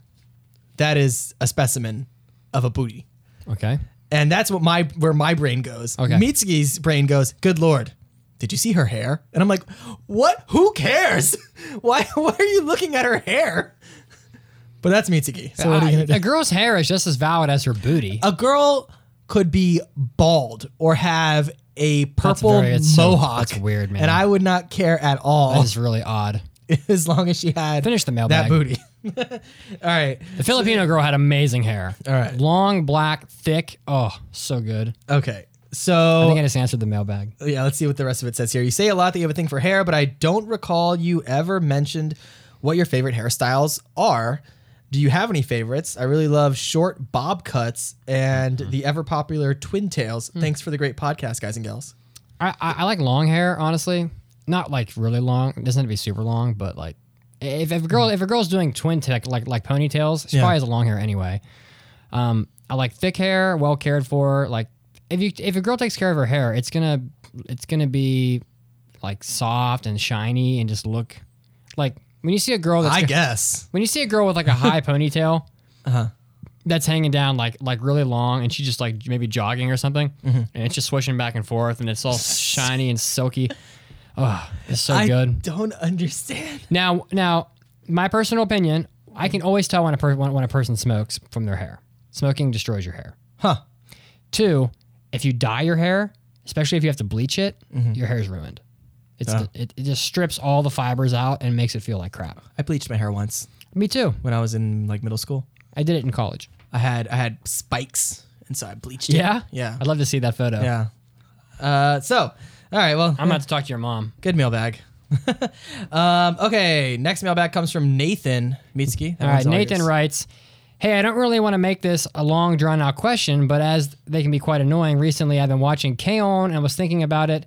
that is a specimen of a booty. Okay. And that's what my where my brain goes. Okay. Mitsuki's brain goes, good lord. Did you see her hair? And I'm like, what? Who cares? Why why are you looking at her hair? But that's Mitsuki. So what are you I- gonna do? Oh. a girl's hair is just as valid as her booty. A girl could be bald or have a purple very- it's so- mohawk. that's weird, man. And I would not care at all that is really odd. as long as she had Finish the mailbag. that booty. all right. The Filipino girl had amazing hair. All right. Long, black, thick. Oh, so good. Okay. I So think I just answered the mailbag. yeah, let's see what the rest of it says here. You say a lot that you have a thing for hair, but I don't recall you ever mentioned what your favorite hairstyles are. Do you have any favorites? I really love short bob cuts and Mm-hmm. the ever popular twin tails. Hmm. Thanks for the great podcast, guys and gals. I, I, I like long hair, honestly. Not like really long. It doesn't have to be super long, but like if, if a girl if a girl's doing twin tech like like ponytails, she Yeah. probably has a long hair anyway. Um, I like thick hair, well cared for. Like if you if a girl takes care of her hair, it's gonna it's gonna be like soft and shiny and just look like when you see a girl that's I got- guess. when you see a girl with like a high ponytail Uh-huh. that's hanging down like like really long and she's just like maybe jogging or something Mm-hmm. and it's just swishing back and forth and it's all shiny and silky oh it's so I good don't understand. now, now, my personal opinion, I can always tell when a per- when, when a person smokes from their hair. Smoking destroys your hair. Huh. Two, if you dye your hair, especially if you have to bleach it, Mm-hmm. your hair's ruined. It's Yeah. it, it just strips all the fibers out and makes it feel like crap. I bleached my hair once Me too. when I was in like middle school. I did it in college. I had I had spikes, and so I bleached Yeah. it. Yeah. I'd love to see that photo. Yeah. Uh, so, all right. Well, I'm about to talk to your mom. Good mailbag. um, okay, next mailbag comes from Nathan Mitski. That All right, one's Nathan yours. writes, "Hey, I don't really want to make this a long, drawn-out question, but as they can be quite annoying, recently I've been watching K-On! and was thinking about it.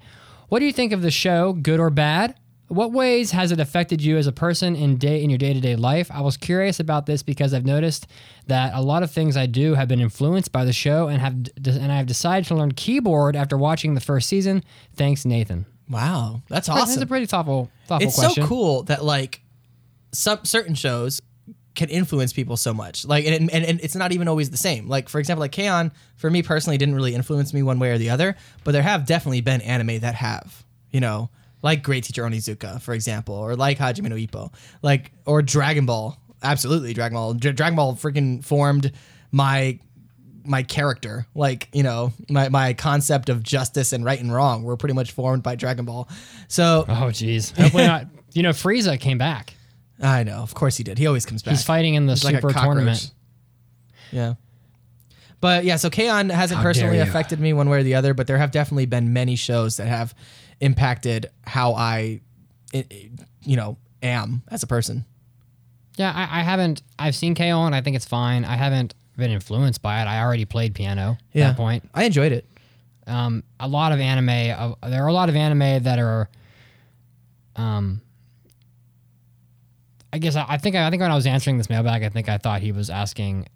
What do you think of the show, good or bad? What ways has it affected you as a person in day in your day-to-day life? I was curious about this because I've noticed that a lot of things I do have been influenced by the show, and have d- and I have decided to learn keyboard after watching the first season. Thanks, Nathan. Wow, that's That's a awesome. pretty thoughtful, thoughtful It's question. so cool that like some certain shows can influence people so much. Like, and, and, and it's not even always the same. Like, for example, like K-On! for me personally didn't really influence me one way or the other, but there have definitely been anime that have, you know, like Great Teacher Onizuka, for example, or like Hajime no Ippo, like, or Dragon Ball. Absolutely, Dragon Ball. Dra- Dragon Ball freaking formed my my character like you know my, my concept of justice and right and wrong were pretty much formed by dragon ball so Oh, jeez. Hopefully not. You know, Frieza came back. I know. Of course he did. He always comes back. He's fighting in the He's like a super cockroach. tournament. Yeah. But yeah, so K-On! hasn't How dare personally you. affected me one way or the other, but there have definitely been many shows that have impacted how I, i- i- you know, am as a person. Yeah, I, I haven't. I've seen KO and I think it's fine. I haven't been influenced by it. I already played piano at Yeah. that point. I enjoyed it. Um, a lot of anime. Uh, there are a lot of anime that are. Um, I guess I, I think I, think when I was answering this mailbag, I think I thought he was asking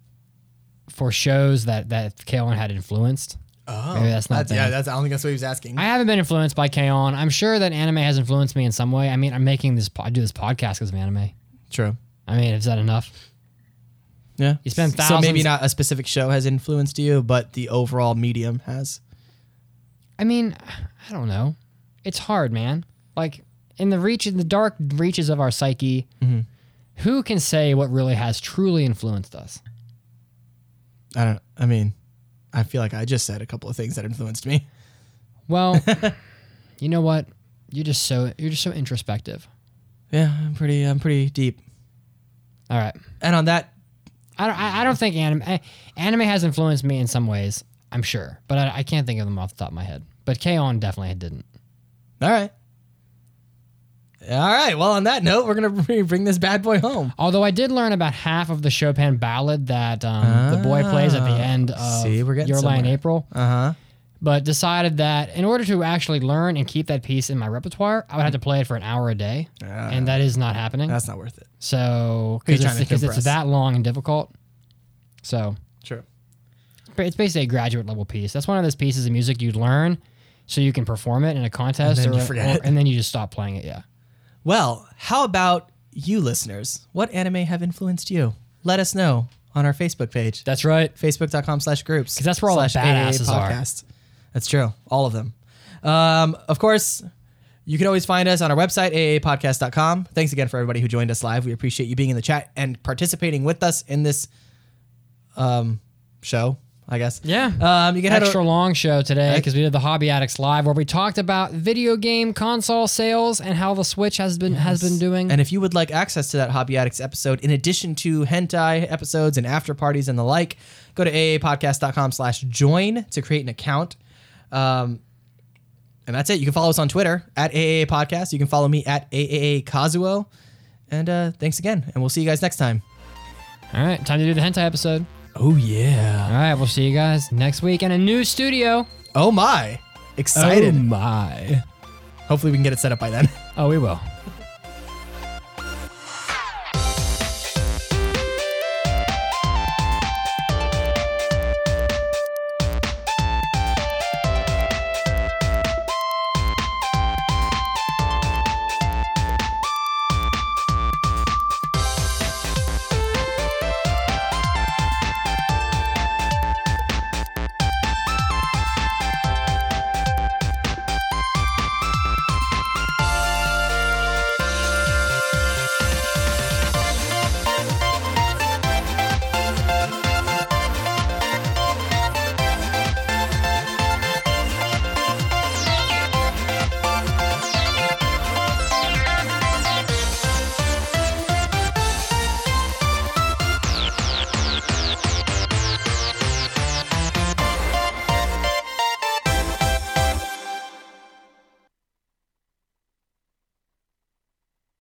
for shows that that KO had influenced. Oh, Maybe that's not yeah. bad. That's I don't think that's what he was asking. I haven't been influenced by KO. I'm sure that anime has influenced me in some way. I mean, I'm making this. po- I do this podcast because of anime. True. I mean, is that enough? Yeah. You spend So maybe thousands- not a specific show has influenced you, but the overall medium has. I mean, I don't know. It's hard, man. Like in the reach in the dark reaches of our psyche, who can say what really has truly influenced us? I don't. I mean, I feel like I just said a couple of things that influenced me. Well, you know what? You're just so you're just so introspective. Yeah, I'm pretty. I'm pretty deep. All right. And on that I don't, I I don't think anime I- anime has influenced me in some ways. I'm sure, but I, I can't think of them off the top of my head. But K-On! definitely didn't. All right. All right. Well, on that note, we're going to bring this bad boy home. Although I did learn about half of the Chopin ballad that um, the boy plays at the end of Ah, see, we're getting Your Lie in somewhere. April. Uh huh. but decided that in order to actually learn and keep that piece in my repertoire, I would have to play it for an hour a day, and that is not happening. Ah. That's not worth it. so Who you because it's, trying to because it's impress? that long and difficult. So True. but it's basically a graduate level piece. That's one of those pieces of music you learn so you can perform it in a contest, And then or, you forget or- and then you just stop playing it. Yeah. Well, how about you listeners? What anime have influenced you? Let us know on our Facebook page. That's right. Facebook.com slash groups. 'Cause that's where all the slash AA badasses are. podcast. That's true. All of them. Um, of course, you can always find us on our website, aapodcast.com. Thanks again for everybody who joined us live. We appreciate you being in the chat and participating with us in this um, show, I guess. Yeah. Um, you can head extra o- long show today Ex- because we did the Hobby Addicts live where we talked about video game console sales and how the Switch has been has been doing. And if you would like access to that Hobby Addicts episode, in addition to hentai episodes and after parties and the like, go to aapodcast.com slash join to create an account. Um, and that's it. You can follow us on Twitter at AAA Podcast. You can follow me at AAA Kazuo. And uh, thanks again, and we'll see you guys next time. All right, time to do the hentai episode. Oh yeah. All right, we'll see you guys next week in a new studio. Oh my. Excited. Oh my. Hopefully we can get it set up by then. Oh, we will.